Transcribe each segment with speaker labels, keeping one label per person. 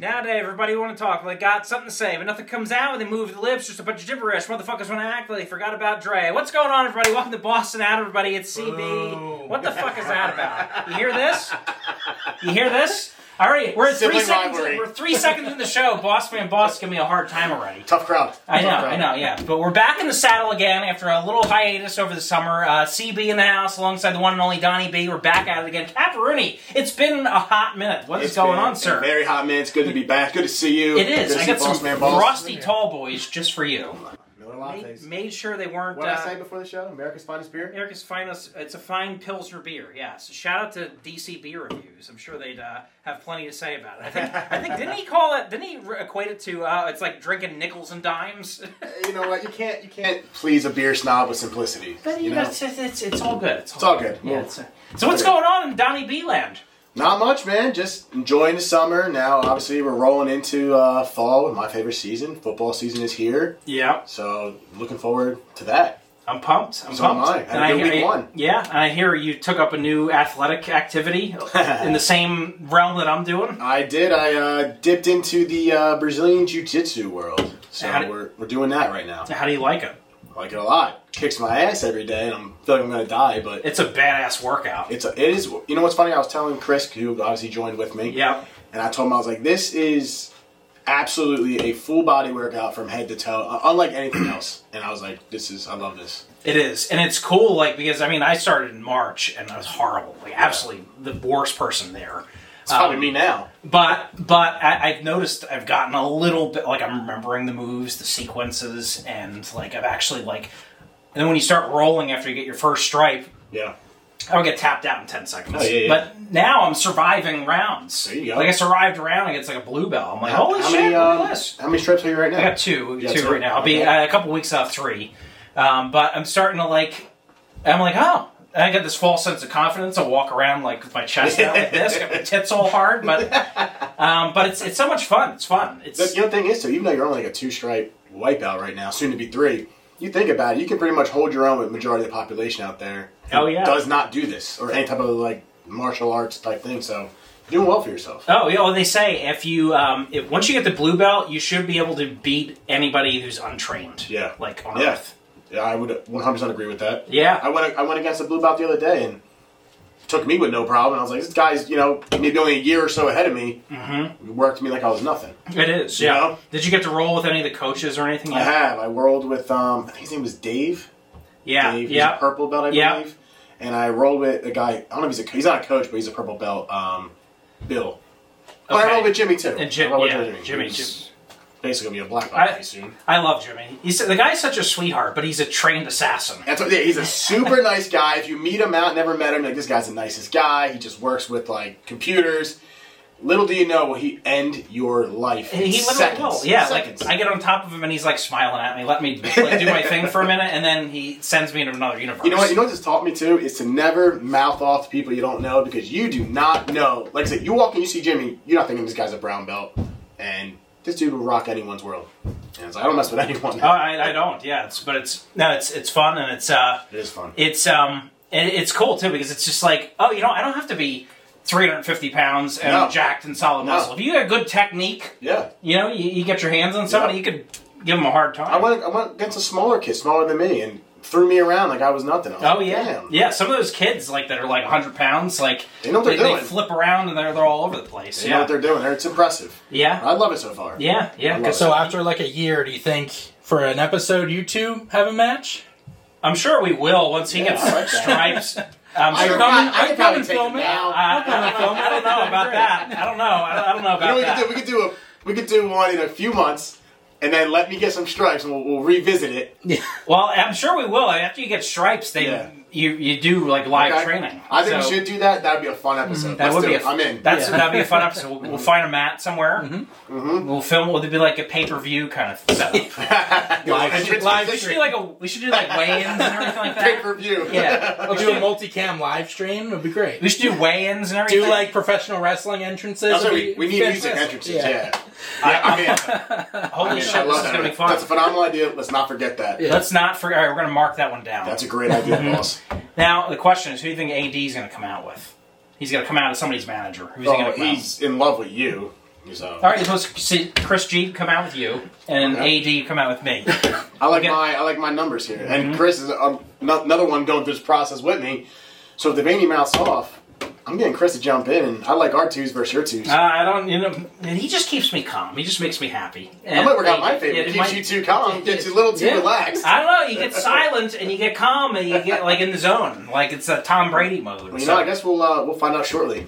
Speaker 1: Nowadays, everybody want to talk, like got something to say, but nothing comes out when they move the lips. Just a bunch of gibberish. Motherfuckers want to act like they forgot about Dre. What's going on, everybody? Welcome to Boston Out, everybody. It's CB.
Speaker 2: Boom.
Speaker 1: What the fuck is that about? You hear this? You hear this? All right, we're at three
Speaker 3: Sibling
Speaker 1: seconds.
Speaker 3: rivalry.
Speaker 1: We're three seconds in the show. Boss man, boss, give me a hard time already.
Speaker 3: Tough crowd.
Speaker 1: I know,
Speaker 3: Tough crowd.
Speaker 1: I know, yeah. But we're back in the saddle again after a little hiatus over the summer. Uh, CB in the house alongside the one and only Donnie B. We're back at it again. Caparuni, it's been a hot minute. What is
Speaker 3: It's
Speaker 1: going
Speaker 3: been
Speaker 1: on, sir?
Speaker 3: Very hot, man. It's good to be back. Good to see you.
Speaker 1: It is.
Speaker 3: Good to
Speaker 1: I
Speaker 3: see
Speaker 1: got
Speaker 3: Boss
Speaker 1: some
Speaker 3: Man Boss.
Speaker 1: frosty tall boys just for you.
Speaker 3: Know a lot of
Speaker 1: Made,
Speaker 3: things.
Speaker 1: made sure they weren't.
Speaker 3: What did I say
Speaker 1: Uh,
Speaker 3: before the show? America's finest beer.
Speaker 1: Erica's finest. It's a fine Pilsner beer. Yes. Shout out to DC Beer Reviews. I'm sure they'd uh, have plenty to say about it. I think. I think. Didn't he call it? Didn't he re- equate it to? Uh, it's like drinking nickels and dimes.
Speaker 3: You know what? You can't. You can't please a beer snob with simplicity.
Speaker 1: But you
Speaker 3: you
Speaker 1: know,
Speaker 3: know?
Speaker 1: it's, it's, it's, it's all good. It's all,
Speaker 3: It's all good.
Speaker 1: Yeah, it's, uh, so what's going on in Donnie B land?
Speaker 3: Not much, man. Just enjoying the summer. Now, obviously, we're rolling into uh, fall, my favorite season. Football season is here,
Speaker 1: Yeah,
Speaker 3: so looking forward to that.
Speaker 1: I'm pumped. I'm
Speaker 3: So am
Speaker 1: pumped.
Speaker 3: I. Had a
Speaker 1: hear
Speaker 3: good week
Speaker 1: you,
Speaker 3: one.
Speaker 1: Yeah, and I hear you took up a new athletic activity in the same realm that I'm doing.
Speaker 3: I did. I uh, dipped into the uh, Brazilian jiu-jitsu world, so
Speaker 1: How did-
Speaker 3: we're, we're doing that right now.
Speaker 1: How do you like it?
Speaker 3: I like it a lot. Kicks my ass every day, and I'm feel like I'm gonna die, but
Speaker 1: It's a badass workout.
Speaker 3: It's a, it is. You know what's funny? I was telling Chris, who obviously joined with me.
Speaker 1: Yeah.
Speaker 3: And I told him I was like, this is absolutely a full body workout from head to toe, uh, unlike anything else. And I was like, this is. I love this.
Speaker 1: It is, and it's cool. Like because I mean, I started in March and I was horrible, like absolutely the worst person there.
Speaker 3: It's probably me now.
Speaker 1: But but I, I've noticed I've gotten a little bit like I'm remembering the moves, the sequences, and like I've actually like. And then when you start rolling after you get your first stripe,
Speaker 3: Yeah.
Speaker 1: I would get tapped out in ten seconds.
Speaker 3: Oh, yeah, yeah.
Speaker 1: But now I'm surviving rounds.
Speaker 3: There you go.
Speaker 1: Like I survived a round against like a bluebell. I'm like, holy shit! look at this.
Speaker 3: how many um, strips are you right now?
Speaker 1: I got two,
Speaker 3: Yeah,
Speaker 1: two,
Speaker 3: two.
Speaker 1: right now. I'll be
Speaker 3: Okay.
Speaker 1: uh, a couple weeks off three, um, but I'm starting to like. I'm like, oh, and I got this false sense of confidence. I walk around like with my chest out like this, got my tits all hard, but um, but it's it's so much fun. It's fun. It's
Speaker 3: The, you know, thing is, so even though you're only like a two stripe wipeout right now, soon to be three, you think about it, you can pretty much hold your own with majority of the population out there. who
Speaker 1: Oh, yeah.
Speaker 3: Does not do this or any type of like martial arts type thing. So you're doing well for yourself.
Speaker 1: oh yeah. Well, they say if you um, if, once you get the blue belt, you should be able to beat anybody who's untrained.
Speaker 3: Yeah.
Speaker 1: like on
Speaker 3: Yeah.
Speaker 1: earth.
Speaker 3: Yeah, I would 100% agree with that.
Speaker 1: Yeah.
Speaker 3: I went I went against a blue belt the other day and took me with no problem. I was like, this guy's, you know, maybe only a year or so ahead of me. Mm-hmm. Worked me like I was nothing.
Speaker 1: It is.
Speaker 3: You
Speaker 1: Yeah.
Speaker 3: know?
Speaker 1: Did you get to roll with any of the coaches or anything?
Speaker 3: I
Speaker 1: yet?
Speaker 3: have. I whirled with, um, I think his name was Dave.
Speaker 1: Yeah.
Speaker 3: Dave, he's a
Speaker 1: yeah.
Speaker 3: purple belt, I
Speaker 1: Yeah.
Speaker 3: believe. And I rolled with a guy, I don't know if he's a, he's not a coach, but he's a purple belt, um, Bill. Oh, I
Speaker 1: Okay.
Speaker 3: rolled with Jimmy too.
Speaker 1: And Jim-
Speaker 3: I rolled with
Speaker 1: yeah, Jimmy,
Speaker 3: who's
Speaker 1: Jim.
Speaker 3: Basically gonna be a black belt
Speaker 1: I-
Speaker 3: pretty soon.
Speaker 1: I love Jimmy. He's the guy's such a sweetheart, but he's a trained assassin.
Speaker 3: That's what, yeah, he's a super nice guy. If you meet him out, never met him, like this guy's the nicest guy. He just works with like computers. Little do you know, will he end your life?
Speaker 1: And
Speaker 3: in
Speaker 1: he literally
Speaker 3: seconds.
Speaker 1: will. Yeah,
Speaker 3: seconds.
Speaker 1: like I get on top of him and he's like smiling at me, let me like, do my thing for a minute, and then he sends me into another universe.
Speaker 3: you know what? You know what this taught me too is to never mouth off to people you don't know because you do not know. Like I said, you walk and you see Jimmy, you're not thinking this guy's a brown belt, and this dude will rock anyone's world. And it's like I don't mess with anyone.
Speaker 1: Oh, I, I don't. Yeah, it's but it's no, it's it's fun and it's uh,
Speaker 3: it is fun.
Speaker 1: it's um, and it's cool too because it's just like oh, you know, I don't have to be 350 pounds and
Speaker 3: No.
Speaker 1: jacked and solid
Speaker 3: No.
Speaker 1: muscle. If you got good technique,
Speaker 3: yeah.
Speaker 1: you know, you, you get your hands on somebody, you
Speaker 3: Yeah.
Speaker 1: could give them a hard time.
Speaker 3: I went I went against a smaller kid, smaller than me, and threw me around like I was nothing. I was
Speaker 1: Oh
Speaker 3: like,
Speaker 1: yeah,
Speaker 3: "Damn."
Speaker 1: yeah. Some of those kids like that are like 100 pounds. Like
Speaker 3: They know what
Speaker 1: they,
Speaker 3: they're
Speaker 1: they
Speaker 3: doing.
Speaker 1: flip around and they're they're all over the place.
Speaker 3: You
Speaker 1: yeah.
Speaker 3: know what they're doing there. It's impressive.
Speaker 1: yeah,
Speaker 3: I love it so far.
Speaker 1: yeah, yeah,
Speaker 3: I love
Speaker 1: 'Cause
Speaker 3: it.
Speaker 4: So after like a year, do you think for an episode you two have a match?
Speaker 1: I'm sure we will once he
Speaker 3: Yeah,
Speaker 1: gets
Speaker 3: I like that.
Speaker 1: stripes. Um, I'm
Speaker 3: I
Speaker 1: sure.
Speaker 3: could
Speaker 1: Uh,
Speaker 3: prob- I could probably take
Speaker 4: film
Speaker 3: them
Speaker 4: it.
Speaker 3: now.
Speaker 1: I don't know. I don't know about that. I don't know. I don't, I don't know
Speaker 3: You
Speaker 1: about
Speaker 3: know, we could
Speaker 1: that.
Speaker 3: do we could do a we could do one in a few months, and then let me get some stripes, and we'll, we'll revisit it.
Speaker 1: Well, I'm sure we will. After you get stripes, they
Speaker 3: Yeah.
Speaker 1: you you do like live
Speaker 3: Okay?
Speaker 1: training.
Speaker 3: I think
Speaker 1: So
Speaker 3: we should do that. That'd be a fun episode.
Speaker 1: Mm, That
Speaker 3: Let's
Speaker 1: would
Speaker 3: do
Speaker 1: be.
Speaker 3: it.
Speaker 1: A,
Speaker 3: I'm in.
Speaker 1: That's
Speaker 4: Yeah.
Speaker 1: that'd be a fun episode. We'll, we'll find a mat somewhere.
Speaker 3: Mm-hmm.
Speaker 1: We'll film. It'll be like a pay per view kind of setup.
Speaker 3: live
Speaker 4: live
Speaker 1: We should do like a we should do like weigh-ins and everything like that.
Speaker 3: pay per view.
Speaker 1: Yeah,
Speaker 4: We'll do a multicam live stream. It'd be great.
Speaker 1: we should do weigh-ins and everything.
Speaker 4: Do like professional wrestling entrances.
Speaker 3: That's what
Speaker 4: It'd
Speaker 3: we, Oh,
Speaker 4: be
Speaker 3: we need music entrances.
Speaker 4: fantastic.
Speaker 3: Yeah.
Speaker 1: I-
Speaker 3: I'm in.
Speaker 1: holy
Speaker 3: I'm in.
Speaker 1: shit,
Speaker 3: I
Speaker 1: this
Speaker 3: love
Speaker 1: is gonna be
Speaker 3: that.
Speaker 1: fun.
Speaker 3: That's a phenomenal idea. Let's not forget that.
Speaker 4: Yeah.
Speaker 1: Let's not forget. All right, we're gonna mark that one down.
Speaker 3: That's a great idea,
Speaker 1: Mm-hmm.
Speaker 3: boss.
Speaker 1: now the question is, who do you think AD is gonna come out with? He's gonna come out as somebody's manager. Who's he
Speaker 3: Oh,
Speaker 1: gonna come out?
Speaker 3: he's in love with you. So
Speaker 1: All right, you're supposed to see Chris G come out with you, and AD come out with me. Uh,
Speaker 3: I like
Speaker 1: Okay.
Speaker 3: my I like my numbers here,
Speaker 1: Mm-hmm.
Speaker 3: and Chris is um, no- another one going through this process with me. So if the veiny mouth's off, I'm getting Chris to jump in, and I like our twos versus your twos.
Speaker 1: Uh, I don't, you know, and he just keeps me calm. He just makes me happy.
Speaker 3: I
Speaker 1: And
Speaker 3: might work out my
Speaker 1: yeah,
Speaker 3: favorite.
Speaker 1: it
Speaker 3: keeps
Speaker 1: might-
Speaker 3: you too calm, gets you a little too
Speaker 1: Yeah.
Speaker 3: relaxed.
Speaker 1: I don't know. You get silent and you get calm and you get like in the zone, like it's a Tom Brady mode.
Speaker 3: you
Speaker 1: So,
Speaker 3: know, I guess we'll uh, we'll find out shortly.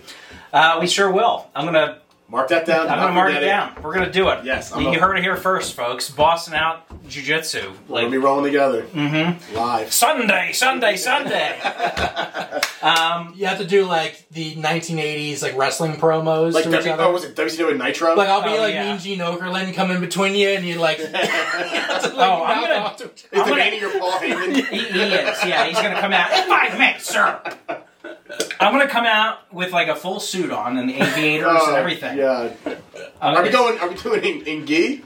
Speaker 1: uh, we sure will. I'm gonna
Speaker 3: Mark that down.
Speaker 1: I'm
Speaker 3: not
Speaker 1: gonna mark it
Speaker 3: forget
Speaker 1: down. We're gonna do it.
Speaker 3: Yes, I'm
Speaker 1: you
Speaker 3: up.
Speaker 1: heard it here first, folks. Bossing out jujitsu
Speaker 3: We're gonna
Speaker 1: like
Speaker 3: be rolling together
Speaker 1: Mm-hmm.
Speaker 3: live.
Speaker 1: Sunday, Sunday, Sunday. um,
Speaker 4: You have to do like the 1980s like wrestling promos
Speaker 3: Like
Speaker 4: to each
Speaker 3: w-
Speaker 4: other.
Speaker 3: oh, was it WCW Nitro?
Speaker 4: like I'll be
Speaker 1: Oh,
Speaker 4: like
Speaker 1: yeah.
Speaker 4: Mean Gene Okerlund coming between you, and you like. you have to, like,
Speaker 1: Oh, I'm
Speaker 4: mouth
Speaker 1: gonna-
Speaker 4: off to each other.
Speaker 3: is
Speaker 1: I'm
Speaker 3: the
Speaker 1: gonna-
Speaker 3: veiny your Paul Heyman?
Speaker 1: he, he is. Yeah, he's gonna come out in five minutes, sir. I'm gonna come out with like a full suit on and aviators
Speaker 3: Oh,
Speaker 1: and everything.
Speaker 3: Yeah.
Speaker 1: Um,
Speaker 3: Are we
Speaker 1: it's-
Speaker 3: going? Are we doing in, in gi?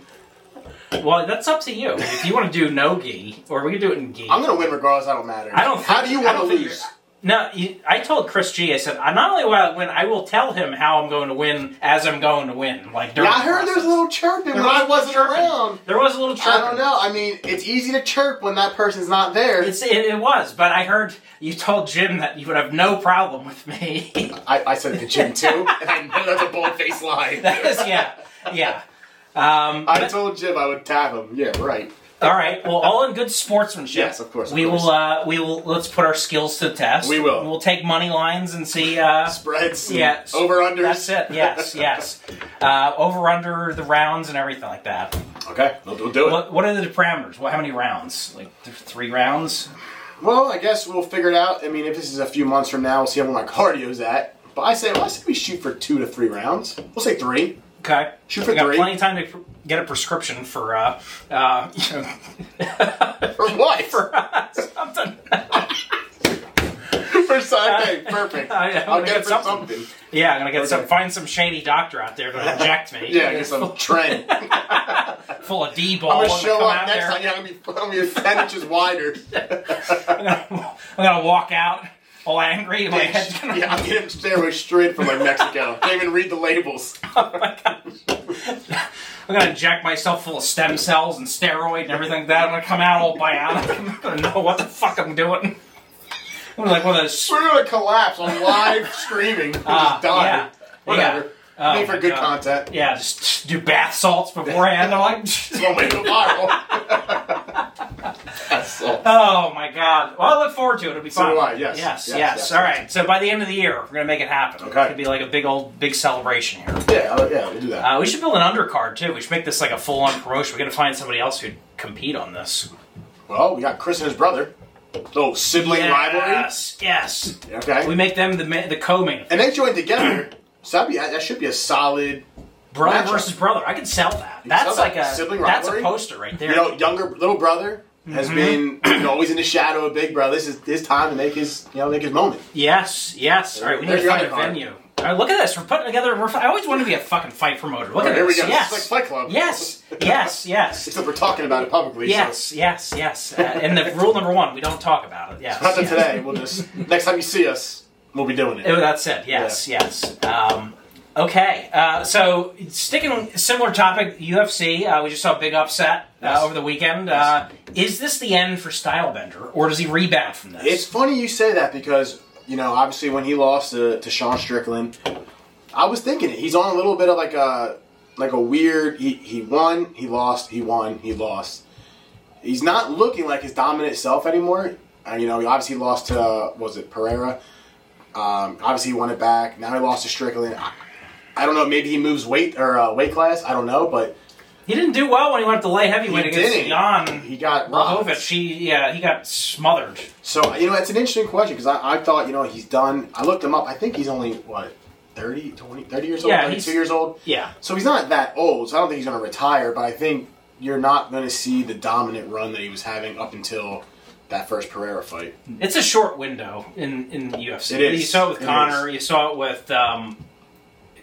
Speaker 1: Well, that's up to you. If you want to do no gi, or we can do it in gi.
Speaker 3: I'm gonna win regardless. I don't matter.
Speaker 1: I don't
Speaker 3: How
Speaker 1: think-
Speaker 3: do you
Speaker 1: I
Speaker 3: want to
Speaker 1: don't think
Speaker 3: lose?
Speaker 1: No, you, I told Chris G. I said, "I not only will I win, I will tell him how I'm going to win as I'm going to win." Like during
Speaker 3: Yeah, I
Speaker 1: the
Speaker 3: heard there's
Speaker 1: process.
Speaker 3: a little chirping when I wasn't
Speaker 1: chirping.
Speaker 3: around.
Speaker 1: There was a little
Speaker 3: I
Speaker 1: chirping.
Speaker 3: don't know. I mean, it's easy to chirp when that person's not there.
Speaker 1: It's, it, it was, but I heard you told Jim that you would have no problem with me.
Speaker 3: I, I said it to Jim too, and I know that's a bold faced lie.
Speaker 1: that is, yeah, yeah. Um,
Speaker 3: I told Jim I would tap him. Yeah, right.
Speaker 1: all right. Well, all in good sportsmanship.
Speaker 3: Yes, of course, of
Speaker 1: we
Speaker 3: course.
Speaker 1: will. Uh, we will. Let's put our skills to the test.
Speaker 3: We will.
Speaker 1: We'll take money lines and see. Uh,
Speaker 3: Spreads.
Speaker 1: Yeah,
Speaker 3: Over unders.
Speaker 1: that's it. Yes, yes. Uh, over under the rounds and everything like that.
Speaker 3: Okay, we'll, we'll do it.
Speaker 1: What, what are the parameters? What, how many rounds? Like th- three rounds?
Speaker 3: Well, I guess we'll figure it out. I mean, if this is a few months from now, we'll see how my cardio's at. But I say, well, I say we shoot for two to three rounds. We'll say three.
Speaker 1: Okay.
Speaker 3: Shoot for
Speaker 1: we got
Speaker 3: three.
Speaker 1: plenty of time to pr- get a prescription for uh, uh, you know,
Speaker 3: For what? For,
Speaker 1: something.
Speaker 3: Sunday. Perfect.
Speaker 1: Uh, I- I'm
Speaker 3: I'll
Speaker 1: gonna
Speaker 3: get
Speaker 1: get
Speaker 3: it for
Speaker 1: something.
Speaker 3: something.
Speaker 1: Yeah, I'm gonna get some
Speaker 3: Okay.
Speaker 1: find some shady doctor out there to inject me.
Speaker 3: Yeah, I guess I'm trend. I'm
Speaker 1: full of D ball.
Speaker 3: gonna show
Speaker 1: come
Speaker 3: up
Speaker 1: out
Speaker 3: next
Speaker 1: there.
Speaker 3: time. Yeah, I'm gonna be, I'm gonna be a ten inches wider.
Speaker 1: I'm gonna walk out all angry. My head's gonna
Speaker 3: yeah, I'm getting stairway straight from like Mexico. Can't even read the labels.
Speaker 1: I'm gonna inject myself full of stem cells and steroid and everything like that. I'm gonna come out all bionic. I'm not gonna know what the fuck I'm doing. I'm gonna like one of those.
Speaker 3: We're gonna collapse on live streaming. We'll
Speaker 1: Ah,
Speaker 3: just die.
Speaker 1: yeah.
Speaker 3: Whatever.
Speaker 1: Yeah. Oh,
Speaker 3: Made for
Speaker 1: my
Speaker 3: good
Speaker 1: God.
Speaker 3: content.
Speaker 1: Yeah, just do bath salts beforehand. I'm like,
Speaker 3: It's one way to go viral. That's so.
Speaker 1: oh my god. Well, I look forward to it. It'll be fun.
Speaker 3: do I, yes.
Speaker 1: Yes. Yes.
Speaker 3: Yes, yes,
Speaker 1: All right. So by the end of the year, we're gonna make it happen.
Speaker 3: Okay.
Speaker 1: It'll be like a big old big celebration here.
Speaker 3: Yeah, uh, yeah, we'll do that.
Speaker 1: Uh, we should build an undercard too. We should make this like a full on promotion. We gotta find somebody else who'd compete on this.
Speaker 3: well, we got Chris and his brother. Little sibling rivalry.
Speaker 1: Yes. Yes.
Speaker 3: Okay.
Speaker 1: We make them the ma- the co-main
Speaker 3: and they joined together. So that'd be, that should be a solid,
Speaker 1: Brother
Speaker 3: Matchup.
Speaker 1: versus brother. I can sell that.
Speaker 3: can sell
Speaker 1: That's
Speaker 3: that.
Speaker 1: like a
Speaker 3: Sibling
Speaker 1: that's a
Speaker 3: rivalry.
Speaker 1: poster right there.
Speaker 3: you know, younger little brother has
Speaker 1: Mm-hmm.
Speaker 3: been you know, always in the shadow of big brother. This is his time to make his, you know, make his moment.
Speaker 1: yes, yes. All right, we need
Speaker 3: There's
Speaker 1: to
Speaker 3: your
Speaker 1: find a
Speaker 3: undercard.
Speaker 1: venue. All right, look at this. We're putting together. We're, I always want to be a fucking fight promoter. Look
Speaker 3: All
Speaker 1: at
Speaker 3: right, here we
Speaker 1: this.
Speaker 3: go.
Speaker 1: Yes.
Speaker 3: It's like Fight Club.
Speaker 1: yes, yes, yes,
Speaker 3: Except we're talking about it publicly. so-
Speaker 1: yes, yes, yes. Uh, and the rule number one: we don't talk about it. Yes.
Speaker 3: Not that
Speaker 1: yes.
Speaker 3: today. We'll just next time you see us, we'll be doing
Speaker 1: Oh,
Speaker 3: it.
Speaker 1: that's it. Yes, yes. Um, okay, uh, so sticking similar topic, UFC. Uh, we just saw a big upset uh,
Speaker 3: Yes.
Speaker 1: over the weekend. Uh, is this the end for Stylebender, or does he rebound from this?
Speaker 3: It's funny you say that because you know obviously when he lost to, to Sean Strickland, I was thinking it. He's on a little bit of like a like a weird. He he won, he lost, he won, he lost. He's not looking like his dominant self anymore. Uh, you know, he obviously lost to uh, what was it Pereira. Um, obviously, he won it back. Now he lost to Strickland. I, I don't know. Maybe he moves weight or uh, weight class. I don't know, but
Speaker 1: He didn't do well when he went up to light heavyweight
Speaker 3: He
Speaker 1: against
Speaker 3: didn't. he
Speaker 1: Jan
Speaker 3: got robbed.
Speaker 1: Blahovic. He yeah, he got smothered.
Speaker 3: So you know, it's an interesting question because I, I thought you know he's done. I looked him up. I think he's only what 30, 20, 30 years old,
Speaker 1: Yeah,
Speaker 3: thirty
Speaker 1: he's-
Speaker 3: two years old.
Speaker 1: Yeah,
Speaker 3: So he's not that old. So I don't think he's going to retire. But I think you're not going to see the dominant run that he was having up until that first Pereira fight.
Speaker 1: it's a short window in in the UFC.
Speaker 3: It is.
Speaker 1: You saw it with
Speaker 3: It
Speaker 1: Connor. You saw it with um,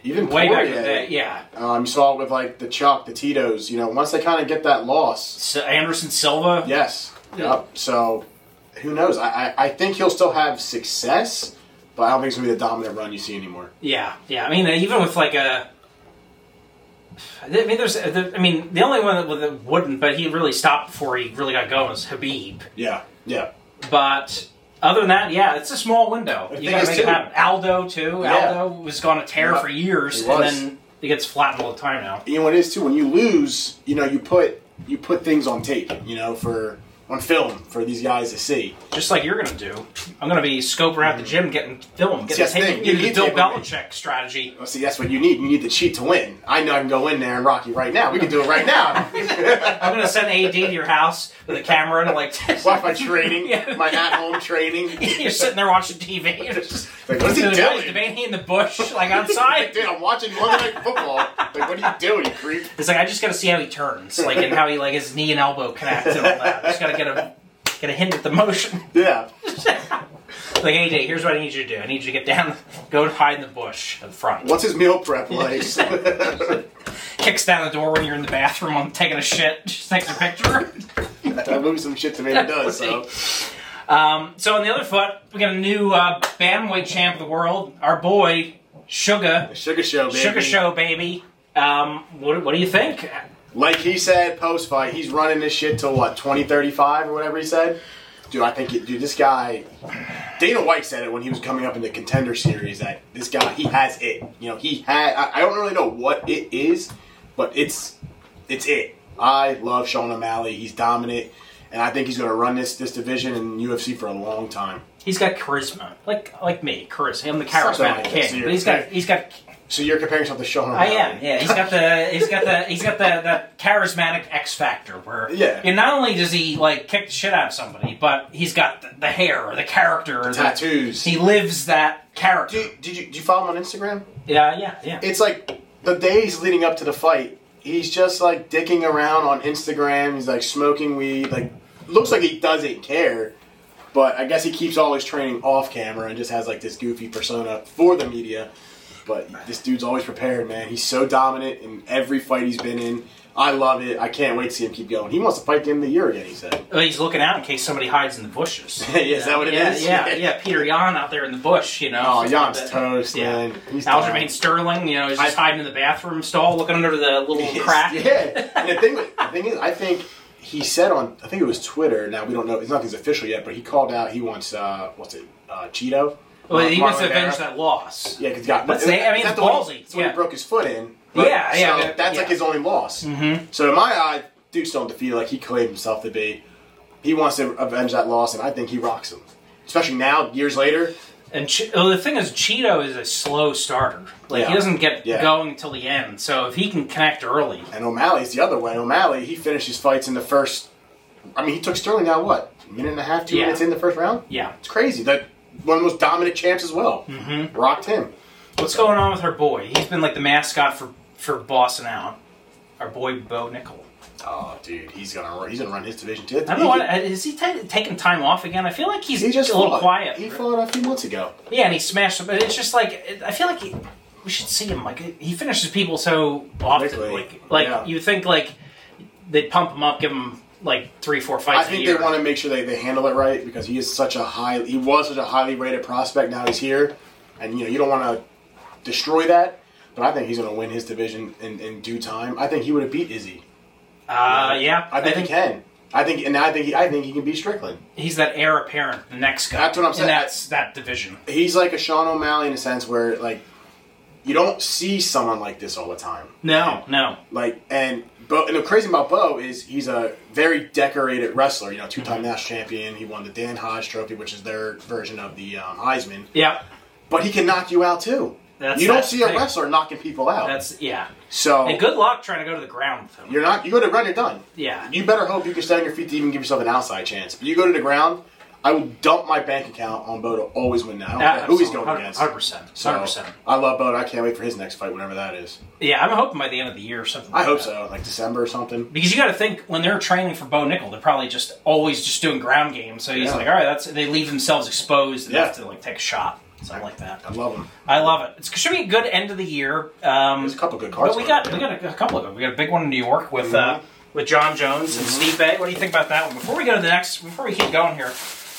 Speaker 3: Even
Speaker 1: way back in the
Speaker 3: Poirier,
Speaker 1: day. Yeah,
Speaker 3: Um, you saw it with like the Chuck, the Tito's. You know, once they kind of get that loss,
Speaker 1: S Anderson Silva.
Speaker 3: yes,
Speaker 1: Yeah.
Speaker 3: yep. So who knows? I, I I think he'll still have success,
Speaker 1: uh,
Speaker 3: but I don't think it's going to be the dominant run you see anymore.
Speaker 1: Yeah, yeah. I mean, even with like a I mean, there's. there- I mean, the only one that- that wouldn't, but he really stopped before he really got going was Habib.
Speaker 3: Yeah, yeah.
Speaker 1: But other than that, yeah, it's a small window.
Speaker 3: The
Speaker 1: You
Speaker 3: thing
Speaker 1: gotta
Speaker 3: is,
Speaker 1: make it
Speaker 3: too-
Speaker 1: happen. Aldo too.
Speaker 3: Yeah.
Speaker 1: Aldo was on a tear for years,
Speaker 3: He
Speaker 1: and
Speaker 3: was.
Speaker 1: then he gets flattened all the time now.
Speaker 3: You know what it is too. When you lose, you know you put you put things on tape. You know for on film for these guys to see.
Speaker 1: Just like you're gonna do. I'm gonna be scoping around the gym, getting film, getting
Speaker 3: Yes,
Speaker 1: tape.
Speaker 3: thing.
Speaker 1: You
Speaker 3: You
Speaker 1: the
Speaker 3: need
Speaker 1: Bill
Speaker 3: tape on Mm-hmm. me.
Speaker 1: Belichick strategy.
Speaker 3: Well, see, that's what you need. You need the cheat to win. I know I can go in there and rock you right now. We can do it right now.
Speaker 1: I'm gonna send AD to your house with a camera and like.
Speaker 3: Watch my training,
Speaker 1: Yeah.
Speaker 3: my at home training.
Speaker 1: You're sitting there watching TV. You're just,
Speaker 3: Like, what is he
Speaker 1: There's guys
Speaker 3: doing?
Speaker 1: debating in the bush, like outside.
Speaker 3: Dude, I'm watching Monday Night Football. Like, what are you doing, you creep?
Speaker 1: It's like I just gotta see how he turns, like and how he like his knee and elbow connect and all that. I just gotta get a get a hint at the motion.
Speaker 3: Yeah.
Speaker 1: Like AJ, here's what I need you to do. I need you to get down, go and hide in the bush in front.
Speaker 3: What's his meal prep like?
Speaker 1: Kicks down the door when you're in the bathroom on taking a shit. Just takes a picture.
Speaker 3: that movie some shit tomato does, so.
Speaker 1: Um, so on the other foot, we got a new uh, bantamweight champ of the world, our boy Sugar,
Speaker 3: Sugar Show, baby.
Speaker 1: Sugar Show baby. Um, what, what do you think?
Speaker 3: Like he said post fight, he's running this shit till what, 2035 or whatever he said? Dude, I think, it, dude, this guy. Dana White said it when he was coming up in the contender series that this guy, he has it. You know, he had. I, I don't really know what it is, but it's it's it. I love Sean O'Malley. He's dominant, and I think he's going to run this this division in UFC for a long time.
Speaker 1: He's got charisma, like like me, charisma. I'm the charismatic
Speaker 3: Something. So
Speaker 1: kid,
Speaker 3: you're-
Speaker 1: but he's got he's got
Speaker 3: So you're comparing yourself to Sean
Speaker 1: I
Speaker 3: O'Malley?
Speaker 1: am. Yeah, he's got the he's got the he's got the that charismatic X factor where
Speaker 3: Yeah.
Speaker 1: And not only does he like kick the shit out of somebody, but he's got the, the hair or the character, or the-
Speaker 3: Tattoos.
Speaker 1: he lives that character.
Speaker 3: Do, did you do you follow him on Instagram?
Speaker 1: yeah, yeah, yeah.
Speaker 3: It's like the days leading up to the fight, he's just like dicking around on Instagram. He's like smoking weed. Like looks like he doesn't care, but I guess he keeps all his training off camera and just has like this goofy persona for the media. But this dude's always prepared, man. He's so dominant in every fight he's been in. I love it. I can't wait to see him keep going. He wants to fight the end of the year again. He said.
Speaker 1: Well, he's looking out in case somebody hides in the bushes.
Speaker 3: Is that what it
Speaker 1: yeah,
Speaker 3: is?
Speaker 1: Yeah, yeah, Peter Yan out there in the bush, you know.
Speaker 3: Oh, Jan's toast,
Speaker 1: Yeah.
Speaker 3: man. He's down.
Speaker 1: Aljamain Sterling, you know, he's just hiding in the bathroom stall, looking under the little crack.
Speaker 3: Yeah. And the thing, the thing is, I think he said on, I think it was Twitter. Now we don't know; it's nothing's official yet. But he called out. He wants, uh, what's it, uh, Cheeto?
Speaker 1: Well, he
Speaker 3: Marlon
Speaker 1: wants to
Speaker 3: Vera.
Speaker 1: avenge that loss.
Speaker 3: Yeah, because got.
Speaker 1: Let's say- I mean,
Speaker 3: that's
Speaker 1: it's
Speaker 3: the one-
Speaker 1: ballsy,
Speaker 3: That's when
Speaker 1: yeah.
Speaker 3: he broke his foot in. right?
Speaker 1: Yeah, yeah,
Speaker 3: So
Speaker 1: but-
Speaker 3: that's
Speaker 1: yeah.
Speaker 3: like his only loss. Mm-hmm. So in my eye, Duke's still undefeated. Like he claimed himself to be. He wants to avenge that loss, and I think he rocks him. Especially now, years later.
Speaker 1: And che- well, the thing is, Cheeto is a slow starter. Like he
Speaker 3: Yeah.
Speaker 1: doesn't get
Speaker 3: Yeah.
Speaker 1: going till the end. So if he can connect early,
Speaker 3: And O'Malley's the other way. O'Malley, he finished his fights in the first. I mean, he took Sterling out what a minute and a half, two
Speaker 1: Yeah.
Speaker 3: minutes in the first round.
Speaker 1: yeah.
Speaker 3: It's crazy. That one of the most dominant champs as well. Mm-hmm. Rocked him.
Speaker 1: What's going on with our boy? He's been like the mascot for for Boston out. Our boy Bo Nickel.
Speaker 3: Oh, dude, he's gonna run, he's gonna run his division too.
Speaker 1: I don't know what is he ta taking time off again? I feel like he's
Speaker 3: He just
Speaker 1: a little
Speaker 3: fought.
Speaker 1: quiet.
Speaker 3: He fought a few months ago.
Speaker 1: Yeah, and he smashed him. But it's just like it- I feel like he, we should see him. Like he finishes people so often.
Speaker 3: Quickly.
Speaker 1: Like like
Speaker 3: Yeah.
Speaker 1: you think like they pump him up, give him like three, four
Speaker 3: I
Speaker 1: fights. a
Speaker 3: think
Speaker 1: year.
Speaker 3: they want to make sure they, they handle it right because he is such a high he was such a highly rated prospect. Now he's here, and you know you don't want to destroy that. But I think he's gonna win his division in, in due time. I think he would have beat Izzy.
Speaker 1: Uh, yeah,
Speaker 3: I think, he can. I think and I think he, I think he can beat Strickland.
Speaker 1: he's that heir apparent, the next guy.
Speaker 3: That's what I'm
Speaker 1: And
Speaker 3: saying.
Speaker 1: That's that division.
Speaker 3: He's like a Sean O'Malley in a sense where like you don't see someone like this all the time.
Speaker 1: No, no.
Speaker 3: Like and Bo, and the crazy thing about Bo is he's a very decorated wrestler. You know, two-time
Speaker 1: Mm-hmm.
Speaker 3: national champion. He won the Dan Hodge Trophy, which is their version of the um, Heisman.
Speaker 1: Yeah,
Speaker 3: But he can knock you out too.
Speaker 1: That's-
Speaker 3: you don't
Speaker 1: that's
Speaker 3: see
Speaker 1: the
Speaker 3: a
Speaker 1: thing.
Speaker 3: wrestler knocking people out.
Speaker 1: that's yeah.
Speaker 3: so
Speaker 1: And good luck trying to go to the ground with him.
Speaker 3: you're not. You go to the ground, you're done.
Speaker 1: Yeah.
Speaker 3: You better hope you can stand on your feet to even give yourself an outside chance. But you go to the ground, I will dump my bank account on Bo to always win now. I don't care who he's going against.
Speaker 1: Hundred percent,
Speaker 3: So,
Speaker 1: hundred percent.
Speaker 3: I love Bo. and I can't wait for his next fight, whenever that is.
Speaker 1: Yeah, I'm hoping by the end of the year or something.
Speaker 3: I
Speaker 1: like
Speaker 3: hope
Speaker 1: that.
Speaker 3: so, like December or something.
Speaker 1: Because you got to think when they're training for Bo Nickel, they're probably just always just doing ground game. So he's
Speaker 3: Yeah.
Speaker 1: like, all right, that's they leave themselves exposed and
Speaker 3: Yeah.
Speaker 1: have to like take a shot, something like that.
Speaker 3: I love him.
Speaker 1: I love it. It should be a good end of the year. Um,
Speaker 3: There's a couple good cards.
Speaker 1: but we
Speaker 3: for
Speaker 1: got
Speaker 3: him.
Speaker 1: we got a, a couple of them. We got a big one in New York with uh,
Speaker 3: Mhm.
Speaker 1: with John Jones and
Speaker 3: Mm-hmm.
Speaker 1: Steve Bay. What do you think about that one? Before we go to the next, before we keep going here.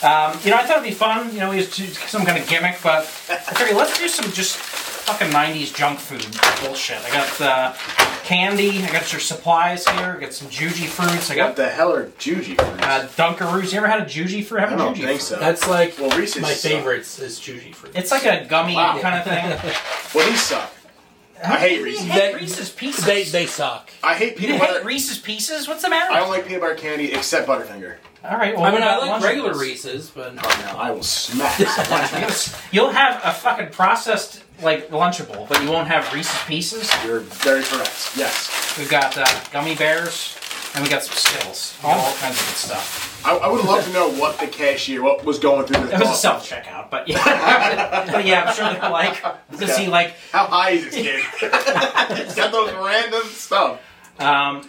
Speaker 1: Um, you know, I thought it'd be fun. You know, we used to do some kind of gimmick, but I figured let's do some just fucking '90s junk food bullshit. I got uh, candy. I got your supplies here. I got some juji fruits. I
Speaker 3: What
Speaker 1: got
Speaker 3: the hell are Juji fruits?
Speaker 1: uh, Dunkaroos. You ever had a juji fruit? Have
Speaker 3: I
Speaker 1: a
Speaker 3: don't
Speaker 1: juji
Speaker 3: think
Speaker 1: fruit.
Speaker 3: so.
Speaker 4: That's like
Speaker 3: Well, Reese's
Speaker 4: my
Speaker 3: suck.
Speaker 4: favorites is Juji fruit.
Speaker 1: It's like a gummy
Speaker 3: Wow.
Speaker 1: kind of thing.
Speaker 3: well, these suck. I hate Reese's.
Speaker 1: You hate
Speaker 4: They-
Speaker 1: Reese's Pieces.
Speaker 4: they they suck.
Speaker 3: I hate
Speaker 1: you
Speaker 3: peanut
Speaker 1: hate
Speaker 3: butter.
Speaker 1: Reese's Pieces? What's the
Speaker 3: I
Speaker 1: matter?
Speaker 3: don't like peanut butter candy except Butterfinger.
Speaker 1: All right. Well,
Speaker 4: I
Speaker 1: what
Speaker 4: mean, I
Speaker 1: about
Speaker 4: like
Speaker 1: Lunchables?
Speaker 4: regular Reese's, but
Speaker 3: Now I will smack someone.
Speaker 1: You'll have a fucking processed like lunchable, but you won't have Reese's Pieces.
Speaker 3: You're very correct. Yes,
Speaker 1: We've got uh, gummy bears, and we got some Skittles. We got all kinds of good stuff.
Speaker 3: I, I would love to know what the cashier what was going through. The
Speaker 1: It was a
Speaker 3: thought.
Speaker 1: self checkout, but yeah, but yeah, I'm sure they'll like to see like
Speaker 3: How high is this kid? He's got those random stuff.
Speaker 1: um,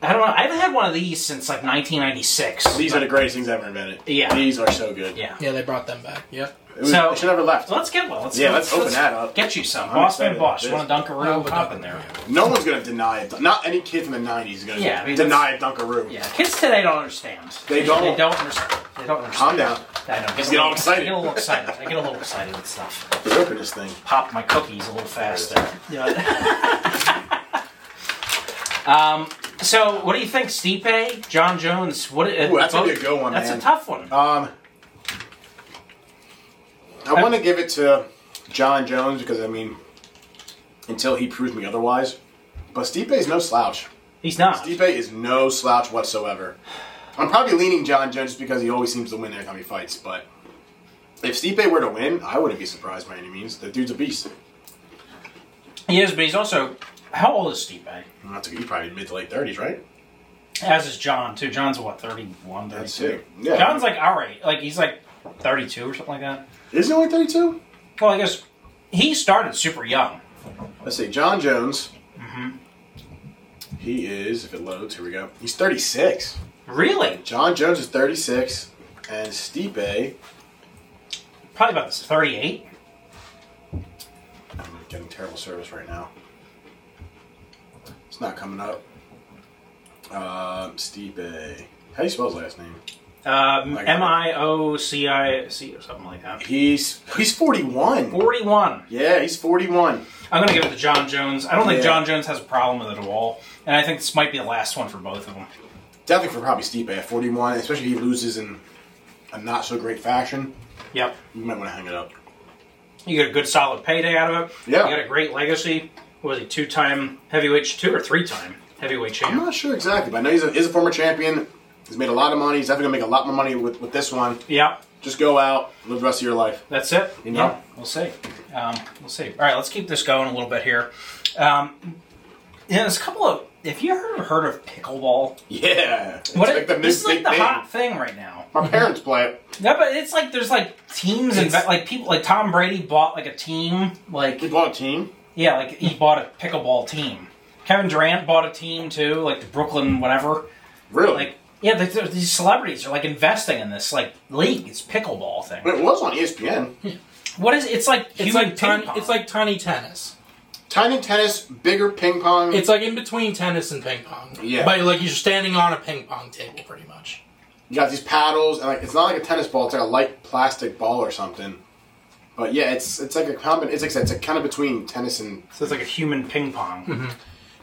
Speaker 1: I don't know. I haven't had one of these since like 1996.
Speaker 3: These are the greatest things ever invented.
Speaker 1: Yeah.
Speaker 3: these are so good.
Speaker 1: yeah.
Speaker 4: yeah, they brought them back. Yep.
Speaker 3: it was,
Speaker 1: So-
Speaker 3: it should never left.
Speaker 1: So let's get one. Let's
Speaker 3: Yeah, let's open that up.
Speaker 1: Get you some.
Speaker 3: I'm
Speaker 1: Boss man,
Speaker 3: excited
Speaker 1: boss.
Speaker 3: about
Speaker 1: You want a Dunkaroo? Pop in there.
Speaker 3: No one's gonna deny it. Not any kid from the '90s is gonna
Speaker 1: Yeah, I mean,
Speaker 3: deny a Dunkaroo.
Speaker 1: Yeah, kids today don't understand.
Speaker 3: They don't.
Speaker 1: They don't understand. They don't understand.
Speaker 3: Calm down.
Speaker 1: I know. Get,
Speaker 3: getting all excited.
Speaker 1: I get a little excited. I get a little excited with stuff.
Speaker 3: Let's open this thing.
Speaker 1: popped my cookies a little fast there. um, so, what do you think, Stipe, John Jones? What? uh,
Speaker 3: Ooh, that's gonna be a good one,
Speaker 1: That's
Speaker 3: man.
Speaker 1: a tough one.
Speaker 3: Um, I want to give it to John Jones because I mean, until he proves me otherwise. But Stipe is no slouch.
Speaker 1: He's not.
Speaker 3: Stipe is no slouch whatsoever. I'm probably leaning John Jones just because he always seems to win every time he fights. But if Stipe were to win, I wouldn't be surprised by any means. The dude's a beast.
Speaker 1: He is, but he's also how old is Stipe?
Speaker 3: Not to, he's probably mid to late 30s, right?
Speaker 1: As is John too. John's what 31,
Speaker 3: That's
Speaker 1: 32?
Speaker 3: it. Yeah.
Speaker 1: John's like all right, like he's like thirty-two or something like that.
Speaker 3: Isn't he only 32?
Speaker 1: Well, I guess he started super young.
Speaker 3: Let's see. John Jones.
Speaker 1: Mm-hmm.
Speaker 3: He is, if it loads, here we go. He's 36.
Speaker 1: Really,
Speaker 3: John Jones is 36, and Stipe.
Speaker 1: probably about thirty-eight.
Speaker 3: I'm getting terrible service right now. It's not coming up. Um, Stipe. How do you spell his last name?
Speaker 1: Um,
Speaker 3: I got it.
Speaker 1: M I O C I C or something like that.
Speaker 3: He's he's 41.
Speaker 1: Forty-one.
Speaker 3: Yeah, he's 41.
Speaker 1: I'm gonna give it to John Jones. I don't think
Speaker 3: Yeah.
Speaker 1: John Jones has a problem with it at all, and I think this might be the last one for both of them.
Speaker 3: Definitely for probably Stipe at 41, especially if he loses in a not so great fashion.
Speaker 1: Yep.
Speaker 3: You might want to hang it up.
Speaker 1: You get a good solid payday out of it.
Speaker 3: Yeah.
Speaker 1: You got a great legacy. What was he two-time heavyweight, two or three-time heavyweight
Speaker 3: I'm
Speaker 1: champ?
Speaker 3: not sure exactly, but I know he's a, he's a former champion. He's made a lot of money. He's definitely gonna make a lot more money with, with this one.
Speaker 1: Yep.
Speaker 3: Just go out, live the rest of your life.
Speaker 1: That's it.
Speaker 3: You know?
Speaker 1: Yeah. We'll see. Um, we'll see. All right. Let's keep this going a little bit here. Um, yeah, there's a couple of. If you ever heard of pickleball,
Speaker 3: Yeah, it's
Speaker 1: what
Speaker 3: like the new
Speaker 1: this is like
Speaker 3: big
Speaker 1: the
Speaker 3: thing.
Speaker 1: hot thing right now.
Speaker 3: My parents play it.
Speaker 1: Yeah, but it's like there's like teams and
Speaker 4: It's-
Speaker 1: like people like Tom Brady bought like a team like
Speaker 3: He bought a team.
Speaker 1: Yeah, like he bought a pickleball team. Kevin Durant bought a team too, like the Brooklyn whatever.
Speaker 3: Really?
Speaker 1: Like, yeah, th- th- these celebrities are like investing in this like league. It's pickleball thing.
Speaker 3: but it was on E ESPN.
Speaker 1: What is? It's like
Speaker 4: It's
Speaker 1: human
Speaker 4: like
Speaker 1: ping
Speaker 4: tiny,
Speaker 1: pong.
Speaker 4: it's like tiny tennis.
Speaker 3: Tiny tennis, bigger ping pong.
Speaker 4: It's like in between tennis and ping pong.
Speaker 3: Yeah.
Speaker 4: But like you're standing on a ping pong table, pretty much.
Speaker 3: you got these paddles, and like it's not like a tennis ball. It's like a light plastic ball or something. But yeah, it's it's like a common. It's like I said, it's a kind of between tennis and
Speaker 1: so it's like a human ping pong.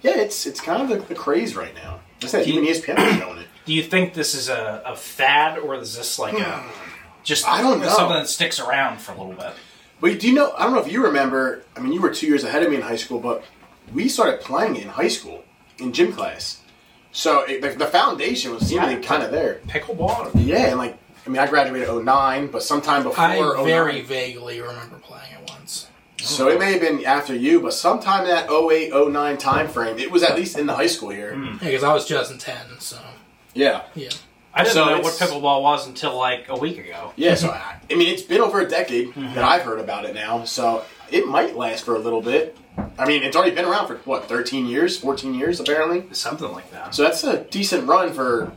Speaker 3: yeah. It's it's kind of the, the craze right now. I said
Speaker 1: Do you-
Speaker 3: even E ESPN is showing it.
Speaker 1: Do you think this is a, a fad or is this like a just
Speaker 3: I don't know.
Speaker 1: something that sticks around for a little bit?
Speaker 3: But do you know? I don't know if you remember. I mean, you were two years ahead of me in high school, but we started playing it in high school in gym class. So it, the, the foundation was seemingly
Speaker 1: Yeah.
Speaker 3: kind of there.
Speaker 1: Pickleball.
Speaker 3: Yeah, and like I mean, I graduated 09, but sometime before
Speaker 4: I
Speaker 3: 09.
Speaker 4: very vaguely remember playing it once.
Speaker 3: So it may have been after you, but sometime in that 08, 09 time frame, it was at least in the high school here.
Speaker 4: Because I was 2010, so
Speaker 3: Yeah.
Speaker 4: yeah.
Speaker 1: I didn't
Speaker 3: So
Speaker 1: know what
Speaker 3: it's-
Speaker 1: pickleball was until like a week ago.
Speaker 3: Yeah, so I, I mean, it's been over a decade
Speaker 4: Mm-hmm.
Speaker 3: that I've heard about it now, so it might last for a little bit. I mean, it's already been around for what, 13 years, 14 years apparently?
Speaker 1: Something like that.
Speaker 3: So that's a decent run for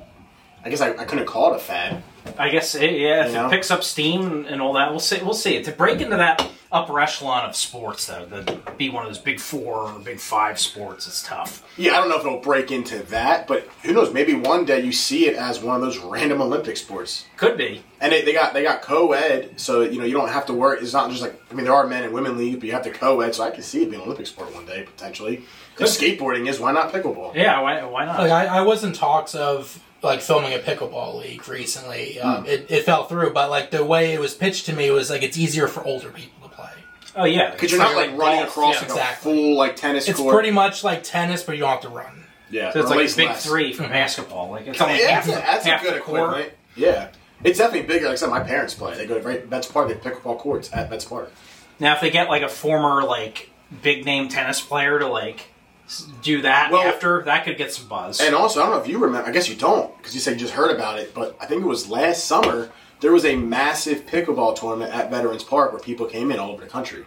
Speaker 3: I guess I, I couldn't call it a fad.
Speaker 1: I guess it, yeah, if
Speaker 3: You know?
Speaker 1: it picks up steam and all that, we'll see. We'll see. To break into that upper echelon of sports, though, to be one of those big four or big five sports, is tough.
Speaker 3: Yeah, I don't know if it'll break into that, but who knows? Maybe one day you see it as one of those random Olympic sports.
Speaker 1: Could be.
Speaker 3: And they, they got they got co-ed, so you know you don't have to worry. It's not just like I mean there are men and women leagues, but you have to co-ed. So I can see it being an Olympic sport one day potentially. If skateboarding is, why not pickleball?
Speaker 1: Yeah. Why? Why not?
Speaker 4: Like I, I was in talks of like filming a pickleball league recently.
Speaker 3: Hmm.
Speaker 4: Um, it, it fell through, but like the way it was pitched to me was like it's easier for older people to play.
Speaker 1: oh yeah.
Speaker 3: Because you're not
Speaker 1: Like
Speaker 3: like running
Speaker 1: golf,
Speaker 3: across
Speaker 1: yeah,
Speaker 3: like
Speaker 4: exactly.
Speaker 3: a full like tennis
Speaker 4: It's
Speaker 3: court.
Speaker 4: pretty much like tennis, but you don't have to run.
Speaker 3: yeah,
Speaker 1: So it's like
Speaker 3: or at
Speaker 1: the
Speaker 3: least
Speaker 1: big
Speaker 3: less.
Speaker 1: three for basketball. Like it's only
Speaker 3: Oh, Yeah,
Speaker 1: half,
Speaker 3: that's, a, that's
Speaker 1: half
Speaker 3: a good
Speaker 1: the court.
Speaker 3: equipment. Yeah, it's definitely bigger. Like I said, my parents play. They go to right Betts Park. They have pickleball courts at Betts Park.
Speaker 1: Now, if they get like a former like big name tennis player to like s- do that
Speaker 3: Well-
Speaker 1: after, that could get some buzz.
Speaker 3: And also, I don't know if you remember. I guess you don't because you said you just heard about it. But I think it was last summer. There was a massive pickleball tournament at Veterans Park where people came in all over the country,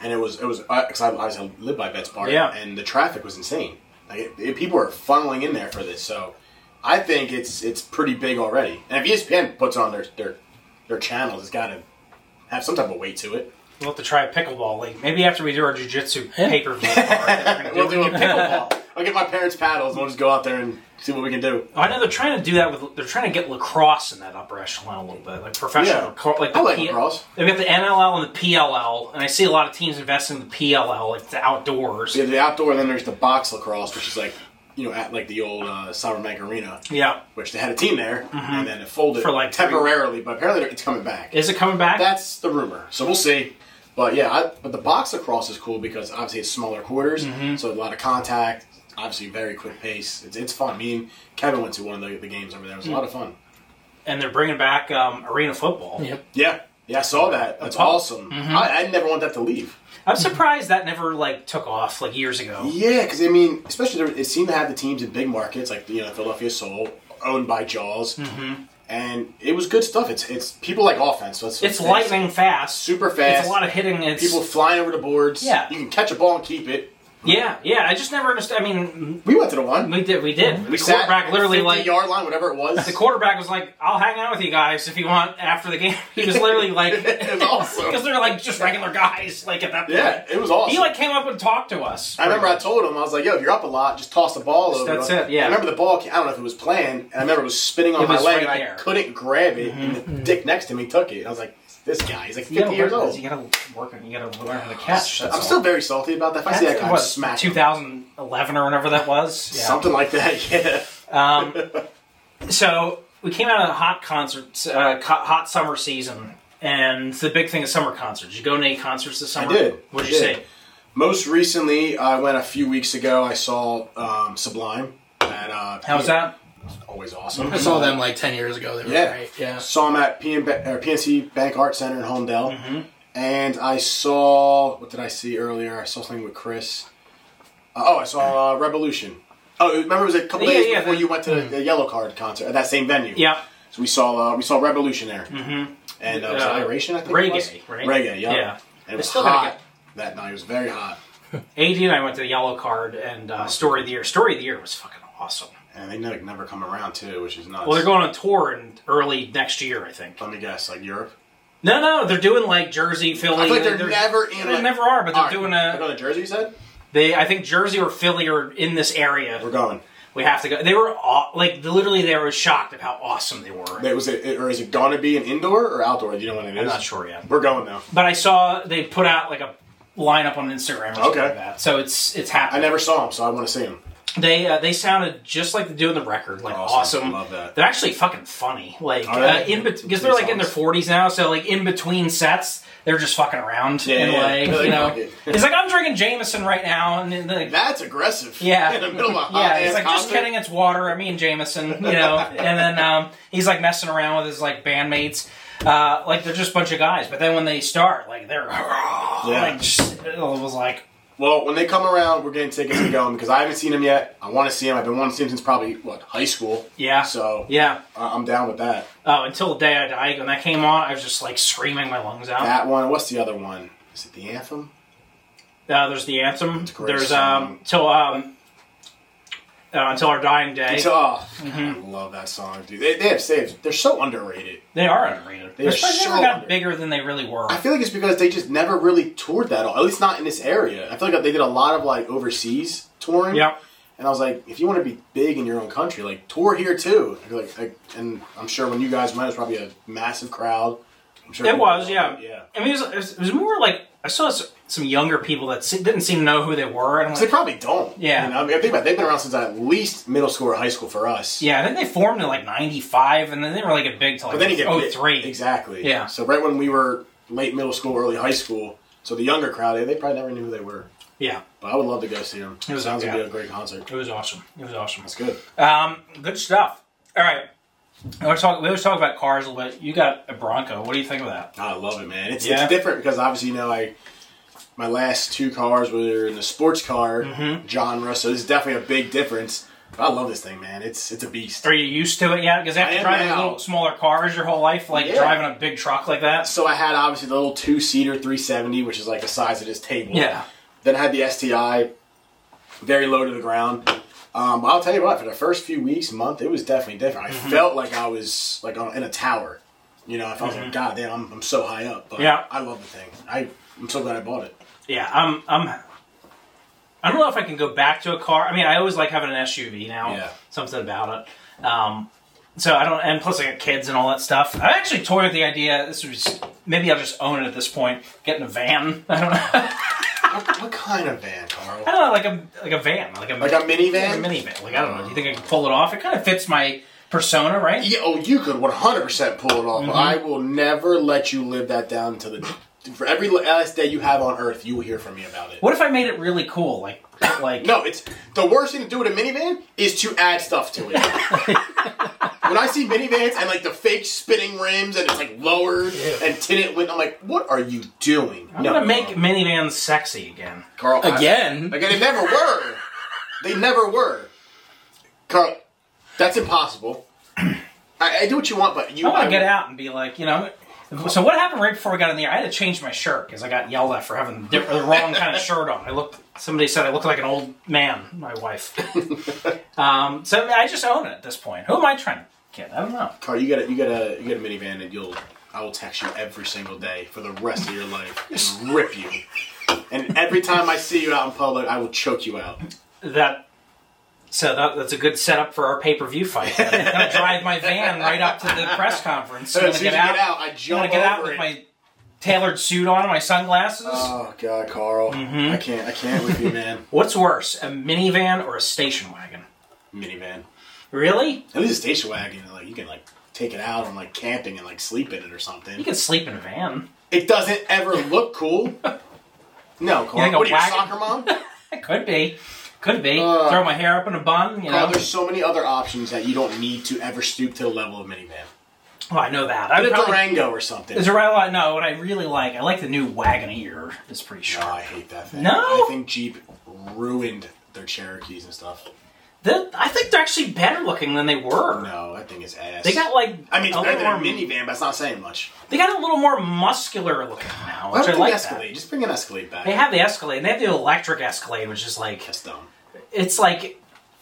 Speaker 3: and it was it was because I obviously live by Betts Park,
Speaker 1: Yeah.
Speaker 3: and the traffic was insane. Like it, it- people are funneling in there for this, so I think it's it's pretty big already. And if E ESPN puts on their their their channels, it's got to have some type of weight to it.
Speaker 1: we'll have to try a pickleball league. Maybe after we do our jujitsu
Speaker 4: Yeah.
Speaker 1: pay per view, we'll do a pickleball.
Speaker 3: I'll get my parents' paddles and we'll just go out there and see what we can do.
Speaker 1: Oh, I know they're trying to do that with. They're trying to get lacrosse in that upper echelon a little bit, like professional.
Speaker 3: Yeah.
Speaker 1: lacro- Like the
Speaker 3: I like
Speaker 1: P-
Speaker 3: lacrosse.
Speaker 1: They've got the NLL and the PLL, and I see a lot of teams investing in the PLL, like the outdoors.
Speaker 3: Yeah, the outdoor, and then there's the box lacrosse, which is like, you know, at like the old uh, Cyberbank Arena,
Speaker 1: Yeah. Mm-hmm.
Speaker 3: which they had a team there, and then it folded
Speaker 1: For, like, three-
Speaker 3: temporarily, but apparently it's coming back.
Speaker 1: Is it coming back?
Speaker 3: That's the rumor, so we'll see. But yeah, I, but the box lacrosse is cool because obviously it's smaller quarters,
Speaker 1: Mm-hmm.
Speaker 3: so a lot of contact, obviously very quick pace. It's, it's fun. Me and Kevin went to one of the, the games over there. It
Speaker 1: Mm.
Speaker 3: was a lot of fun.
Speaker 1: and they're bringing back um, arena football.
Speaker 4: Yep.
Speaker 3: Yeah, yeah, I saw that. That's
Speaker 1: pub. Mm-hmm.
Speaker 3: awesome. I, I never want that to leave.
Speaker 1: I'm surprised that never like took off like years ago.
Speaker 3: Yeah, because I mean, especially there, it seemed to have the teams in big markets like you know Philadelphia Soul, owned by Jaws,
Speaker 1: Mm-hmm.
Speaker 3: and it was good stuff. It's it's people like offense. So it's
Speaker 1: It's lightning fast,
Speaker 3: super fast.
Speaker 1: It's a lot of hitting. It's
Speaker 3: People flying over the boards.
Speaker 1: Yeah.
Speaker 3: you can catch a ball and keep it.
Speaker 1: yeah, yeah. I just never understood. I mean,
Speaker 3: We went to the one.
Speaker 1: we did, we did.
Speaker 3: we
Speaker 1: the
Speaker 3: sat
Speaker 1: quarterback literally
Speaker 3: 50
Speaker 1: like
Speaker 3: yard line, whatever it was.
Speaker 1: the quarterback was like, "I'll hang out with you guys if you want after the game." He was literally like,
Speaker 3: it was awesome.
Speaker 1: because they're like just regular guys, like at that point.
Speaker 3: Yeah, it was awesome.
Speaker 1: He like came up and talked to us.
Speaker 3: I remember I told him I was like, "Yo, if you're up a lot, just toss the ball over."
Speaker 1: That's it, yeah.
Speaker 3: I remember the ball. ca- I don't know if it was planned, and I remember it was spinning on
Speaker 1: It
Speaker 3: my
Speaker 1: was
Speaker 3: leg,
Speaker 1: right
Speaker 3: and I
Speaker 1: there.
Speaker 3: couldn't grab it. And
Speaker 1: Mm-hmm.
Speaker 3: the dick next to me took it. And I was like, "This guy, he's like
Speaker 1: You
Speaker 3: 50
Speaker 1: gotta,
Speaker 3: years
Speaker 1: learn,
Speaker 3: old."
Speaker 1: you gotta work. on- You gotta learn how to catch. That's
Speaker 3: I'm
Speaker 1: all.
Speaker 3: still very salty about that. If I see that guy, I'm
Speaker 1: What,
Speaker 3: smacking him.
Speaker 1: 2011 or whenever that was. Yeah.
Speaker 3: something like that. Yeah,
Speaker 1: So we came out of the hot concert, uh, co- hot summer season, and the big thing is summer concerts. Did you go to any concerts this summer?
Speaker 3: I did.
Speaker 1: What did
Speaker 3: I
Speaker 1: you
Speaker 3: did.
Speaker 1: say?
Speaker 3: Most recently, I went a few weeks ago. I saw um, Sublime at uh,
Speaker 1: How was that?
Speaker 3: Always awesome.
Speaker 4: I saw them like ten years ago. They were
Speaker 3: Yeah.
Speaker 4: great. Yeah.
Speaker 3: Saw him at PN, Ba- or PNC Bank Art Center in Homedale.
Speaker 1: Mm-hmm.
Speaker 3: And I saw, what did I see earlier? I saw something with Chris. Uh, oh, I saw uh, Revolution. Oh, remember it was a couple
Speaker 1: Yeah,
Speaker 3: days
Speaker 1: yeah,
Speaker 3: before
Speaker 1: the- Mm-hmm.
Speaker 3: you went to the, the Yellow Card concert at that same venue.
Speaker 1: Yeah.
Speaker 3: So we saw uh, we saw Revolution there. Mm-hmm. And uh, was it
Speaker 1: Uh,
Speaker 3: Iration, I think it
Speaker 1: Reggae,
Speaker 3: was?
Speaker 1: right?
Speaker 3: Reggae, yeah.
Speaker 1: Yeah.
Speaker 3: And it was
Speaker 1: still gotta
Speaker 3: hot that night. It was very hot.
Speaker 1: AD and I went to the Yellow Card and uh, Story of the Year. Story of the Year was fucking awesome.
Speaker 3: And they never, never come around, too, which is nuts.
Speaker 1: Well, they're going on tour in early next year, I think.
Speaker 3: Let me guess, like Europe?
Speaker 1: No, no, they're doing like Jersey, Philly. uh,
Speaker 3: I feel like they're, never in
Speaker 1: They
Speaker 3: like-
Speaker 1: never are, but they're
Speaker 3: Alright,
Speaker 1: doing
Speaker 3: They're
Speaker 1: a.
Speaker 3: going to Jersey, you said?
Speaker 1: They, I think Jersey or Philly are in this area.
Speaker 3: We're going.
Speaker 1: We have to go. They were aw- like literally, they were shocked at how awesome they were.
Speaker 3: Wait, was it, or is it gonna be an indoor or outdoor? Do you know what it is?
Speaker 1: I'm not sure yet.
Speaker 3: We're going though.
Speaker 1: But I saw they put out like a lineup on Instagram or something
Speaker 3: Okay.
Speaker 1: like that. So it's it's
Speaker 3: I
Speaker 1: happening.
Speaker 3: never saw him, so I want to see him.
Speaker 1: They uh, they sounded just like they do in the record, like awesome.
Speaker 3: Awesome. Love that.
Speaker 1: They're actually fucking funny, like
Speaker 3: Are they?
Speaker 1: uh, in because
Speaker 3: Between
Speaker 1: they're like in their
Speaker 3: songs?
Speaker 1: forties now, so like in between sets, they're just fucking around
Speaker 3: Yeah,
Speaker 1: and
Speaker 3: yeah.
Speaker 1: like
Speaker 3: They
Speaker 1: you
Speaker 3: like
Speaker 1: know,
Speaker 3: it.
Speaker 1: it's like I'm drinking Jameson right now, and then, like
Speaker 3: That's aggressive.
Speaker 1: Yeah.
Speaker 3: In the middle of a hot
Speaker 1: yeah,
Speaker 3: ass
Speaker 1: he's like, just
Speaker 3: concert.
Speaker 1: kidding, it's water. I mean, Jameson, you know. and then um, he's like messing around with his like bandmates. Uh, like they're just a bunch of guys, but then when they start, like they're like just, it was like
Speaker 3: Well, when they come around, we're getting tickets to go because I haven't seen him yet. I want to see him. I've been wanting to see him since probably what high school.
Speaker 1: yeah,
Speaker 3: So
Speaker 1: yeah.
Speaker 3: I- I'm down with that.
Speaker 1: Oh, until the day I died, when that came on, I was just like screaming my lungs out.
Speaker 3: That one. What's the other one? Is it the anthem?
Speaker 1: Uh, there's the anthem.
Speaker 3: a great
Speaker 1: There's
Speaker 3: song.
Speaker 1: um till um uh, until our dying day.
Speaker 3: It's, oh,
Speaker 1: Mm-hmm.
Speaker 3: I love that song, dude. They, they have saves. They're so underrated.
Speaker 1: they are underrated.
Speaker 3: They are
Speaker 1: They're surprised they
Speaker 3: so
Speaker 1: never got
Speaker 3: underrated.
Speaker 1: bigger than they really were.
Speaker 3: I feel like it's because they just never really toured that all. At least not in this area. I feel like they did a lot of like overseas touring.
Speaker 1: Yep.
Speaker 3: And I was like, if you want to be big in your own country, like tour here too. I feel like, like, and I'm sure when you guys went, it was probably a massive crowd. I'm sure
Speaker 1: It
Speaker 3: people
Speaker 1: was,
Speaker 3: loved
Speaker 1: yeah.
Speaker 3: it, yeah.
Speaker 1: I mean, it was, it was- it was more like I saw s- some younger people that se- didn't seem to know who they were, and I'm
Speaker 3: 'Cause
Speaker 1: like,
Speaker 3: they probably don't.
Speaker 1: Yeah.
Speaker 3: You know, I mean, I think about it, they've been around since at least middle school or high school for us.
Speaker 1: yeah, I think they formed in like '95, and then they didn't really get big till like
Speaker 3: But then you get big.
Speaker 1: 03.
Speaker 3: Exactly.
Speaker 1: Oh, Yeah.
Speaker 3: So right when we were late middle school, early high school, so the younger crowd, they- they probably never knew who they were.
Speaker 1: Yeah,
Speaker 3: But I would love to go see them.
Speaker 1: It was-
Speaker 3: Sounds like
Speaker 1: yeah.
Speaker 3: it'd be a great concert.
Speaker 1: it was awesome. It was awesome.
Speaker 3: That's good.
Speaker 1: Um, good stuff. All right, I want to talk. We always talk about cars a little bit. You got a Bronco. What do you think of that?
Speaker 3: I love it, man. It's,
Speaker 1: Yeah.
Speaker 3: it's different because obviously you know I my last two cars were in the sports car
Speaker 1: Mm-hmm.
Speaker 3: genre, so there's definitely a big difference. But I love this thing, man. It's it's a beast.
Speaker 1: Are you used to it yet? Because
Speaker 3: I
Speaker 1: after
Speaker 3: am
Speaker 1: driving
Speaker 3: now.
Speaker 1: little smaller cars your whole life, like
Speaker 3: Yeah.
Speaker 1: driving a big truck like that.
Speaker 3: So I had obviously the little two seater 370, which is like the size of this table.
Speaker 1: Yeah.
Speaker 3: Then I had the STI, very low to the ground. Um, I'll tell you what, for the first few weeks, month, it was definitely different. I
Speaker 1: Mm-hmm.
Speaker 3: felt like I was like on, in a tower. You know, I felt like, God damn, I'm, I'm so high up. But
Speaker 1: Mm-hmm. Yeah.
Speaker 3: I love the thing. I, I'm so glad I bought it.
Speaker 1: Yeah, I'm. I'm. I don't know if I can go back to a car. I mean, I always like having an SUV now.
Speaker 3: Yeah.
Speaker 1: Something about it. Um, so I don't. And plus, I got kids and all that stuff. I actually toyed with the idea. This was maybe I'll just own it at this point. Get in a van. I don't know.
Speaker 3: What, what kind of van, Carl?
Speaker 1: I don't know, like a like a van, like a
Speaker 3: Like a minivan?
Speaker 1: like a minivan. Like I don't know. Do you think I can pull it off? It kind of fits my persona, right?
Speaker 3: Yeah, oh, you could 100% pull it
Speaker 1: Mm-hmm.
Speaker 3: off. I will never let you live that down until the. For every last day you have on earth, you will hear from me about it.
Speaker 1: What if I made it really cool? Like like
Speaker 3: No, it's the worst thing to do with a minivan is to add stuff to it. when I see minivans and like the fake spinning rims and it's like lowered and tinted window, I'm like, what are you doing?
Speaker 1: I'm gonna make minivans sexy again.
Speaker 3: Carl I-
Speaker 4: Again?
Speaker 3: Like they never were. They never were. Carl, that's impossible. I, I do what you want, but you
Speaker 1: I want to get out and be like, you know. So what happened right before we got in the air? I had to change my shirt because I got yelled at for having the the wrong kind of shirt on. I looked. Somebody said I looked like an old man. My wife. um, so I, mean, I just own it at this point. Who am I trying to kid? I don't know.
Speaker 3: Carl, you got a you got a you got a minivan that you'll I will text you every single day for the rest of your life and rip you. And every time I see you out in public, I will choke you out.
Speaker 1: That. So that, that's a good setup for our pay per view fight. I'm gonna drive my van right up to the press conference.
Speaker 3: So
Speaker 1: I'm
Speaker 3: as
Speaker 1: gonna
Speaker 3: soon as
Speaker 1: get
Speaker 3: you
Speaker 1: out.
Speaker 3: get out, I
Speaker 1: I'm
Speaker 3: jump
Speaker 1: gonna get out
Speaker 3: over
Speaker 1: with
Speaker 3: it.
Speaker 1: my tailored suit on, and my sunglasses.
Speaker 3: Oh God, Carl,
Speaker 1: Mm-hmm.
Speaker 3: I can't, I can't with you, man.
Speaker 1: What's worse, a minivan or a station wagon?
Speaker 3: Minivan.
Speaker 1: Really?
Speaker 3: At least a station wagon, like you can like take it out on like camping and like sleep in it or
Speaker 1: You
Speaker 3: something.
Speaker 1: can sleep in a van.
Speaker 3: It doesn't ever look cool. No, Carl.
Speaker 1: think a
Speaker 3: what are you, a
Speaker 1: wagon-
Speaker 3: soccer mom?
Speaker 1: It could be. Could be.
Speaker 3: Uh,
Speaker 1: Throw my hair up in a bun, you know.
Speaker 3: Carl, there's so many other options that you don't need to ever stoop to the level of minivan.
Speaker 1: Oh, I know that. I
Speaker 3: A
Speaker 1: probably,
Speaker 3: Durango or something.
Speaker 1: is there a lot? No, what I really like, I like the new Wagoneer. It's pretty
Speaker 3: Oh,
Speaker 1: sharp.
Speaker 3: I hate that thing.
Speaker 1: No?
Speaker 3: I think Jeep ruined their Cherokees and stuff.
Speaker 1: The- I think they're actually better looking than they were.
Speaker 3: No, that thing is ass.
Speaker 1: They got like
Speaker 3: I mean, it's
Speaker 1: a
Speaker 3: better
Speaker 1: little
Speaker 3: than
Speaker 1: more,
Speaker 3: a minivan, but it's not saying much.
Speaker 1: they got a little more muscular looking now,
Speaker 3: Why
Speaker 1: which I
Speaker 3: don't
Speaker 1: like.
Speaker 3: they
Speaker 1: that.
Speaker 3: Escalade? Just bring an Escalade back.
Speaker 1: They have the Escalade, and they have the electric Escalade, which is like
Speaker 3: That's dumb.
Speaker 1: it's like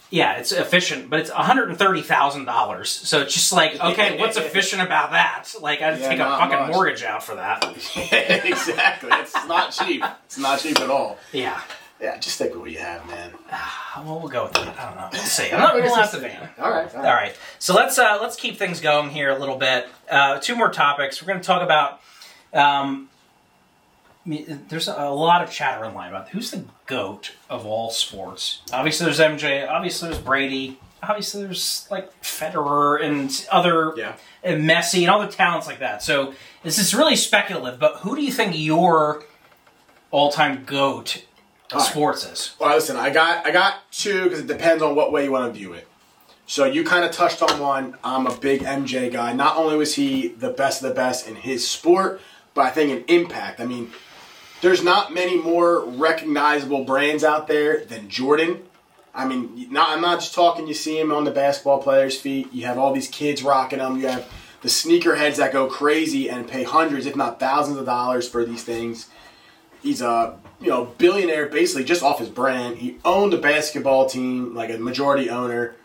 Speaker 1: yeah, it's efficient, but it's one hundred and thirty thousand dollars. So it's just like okay, what's efficient about that? Like I'd
Speaker 3: Yeah,
Speaker 1: take a
Speaker 3: not
Speaker 1: fucking
Speaker 3: much.
Speaker 1: mortgage out for that.
Speaker 3: exactly. It's not cheap. It's not cheap at all.
Speaker 1: Yeah.
Speaker 3: Yeah, just stick with what you have, man.
Speaker 1: Well, we'll go with that. I don't know. We'll see. I'm not ruling out the van.
Speaker 3: All right. All
Speaker 1: All
Speaker 3: right.
Speaker 1: right. So let's uh, let's keep things going here a little bit. Uh, two more topics. We're going to talk about. Um, I mean, there's a lot of chatter online about who's the goat of all sports. Obviously, there's MJ. Obviously, there's Brady. Obviously, there's like Federer and other
Speaker 3: Yeah.
Speaker 1: and Messi and all the talents like that. So this is really speculative. But who do you think your all-time goat of
Speaker 3: right.
Speaker 1: sports is?
Speaker 3: Well, listen, I got I got two because it depends on what way you want to view it. So you kind of touched on one. I'm a big MJ guy. Not only was he the best of the best in his sport, but I think an impact. I mean, there's not many more recognizable brands out there than Jordan. I mean, not, I'm not just talking. You see him on the basketball players' feet. You have all these kids rocking them. You have the sneakerheads that go crazy and pay hundreds, if not thousands, of dollars for these things. he's a you know billionaire basically just off his brand. He owned a basketball team, like a majority owner.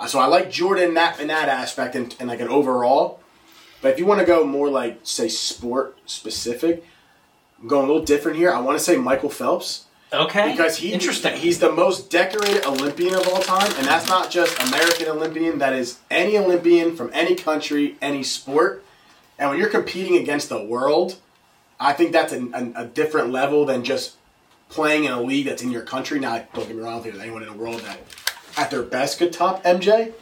Speaker 3: Uh, So I like Jordan that in that aspect and, and like an overall. But if you want to go more like say sport specific, I'm going a little different here. I want to say Michael Phelps
Speaker 1: Okay.
Speaker 3: because he
Speaker 1: interesting.
Speaker 3: He's the most decorated Olympian of all time, and that's not just American Olympian. That is any Olympian from any country, any sport. And when you're competing against the world, I think that's an, an, a different level than just playing in a league that's in your country. Now, don't get me wrong, I don't think there's anyone in the world that at their best could top MJ.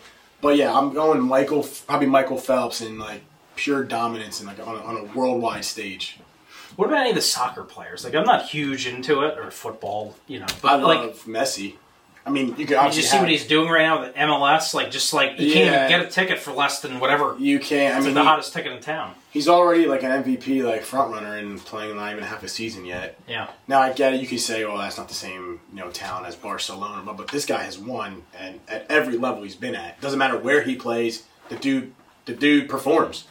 Speaker 3: But yeah, I'm going Michael, probably Michael Phelps in like pure dominance and like on a, on a worldwide stage.
Speaker 1: what about any of the soccer players? Like I'm not huge into it or football, you know.
Speaker 3: I
Speaker 1: But like
Speaker 3: love Messi. I mean, you
Speaker 1: you
Speaker 3: could obviously
Speaker 1: just see
Speaker 3: have-
Speaker 1: what he's doing right now with MLS. Like just like you
Speaker 3: Yeah.
Speaker 1: can't even get a ticket for less than whatever.
Speaker 3: You can't. I
Speaker 1: It's
Speaker 3: mean,
Speaker 1: the
Speaker 3: he-
Speaker 1: hottest ticket in town.
Speaker 3: he's already like an MVP, like front runner, and playing not even half a season yet.
Speaker 1: Yeah.
Speaker 3: Now I get it. You could say, "Oh, that's not the same, you know, town as Barcelona," but, but this guy has won, and at every level he's been at, doesn't matter where he plays, the dude, the dude performs.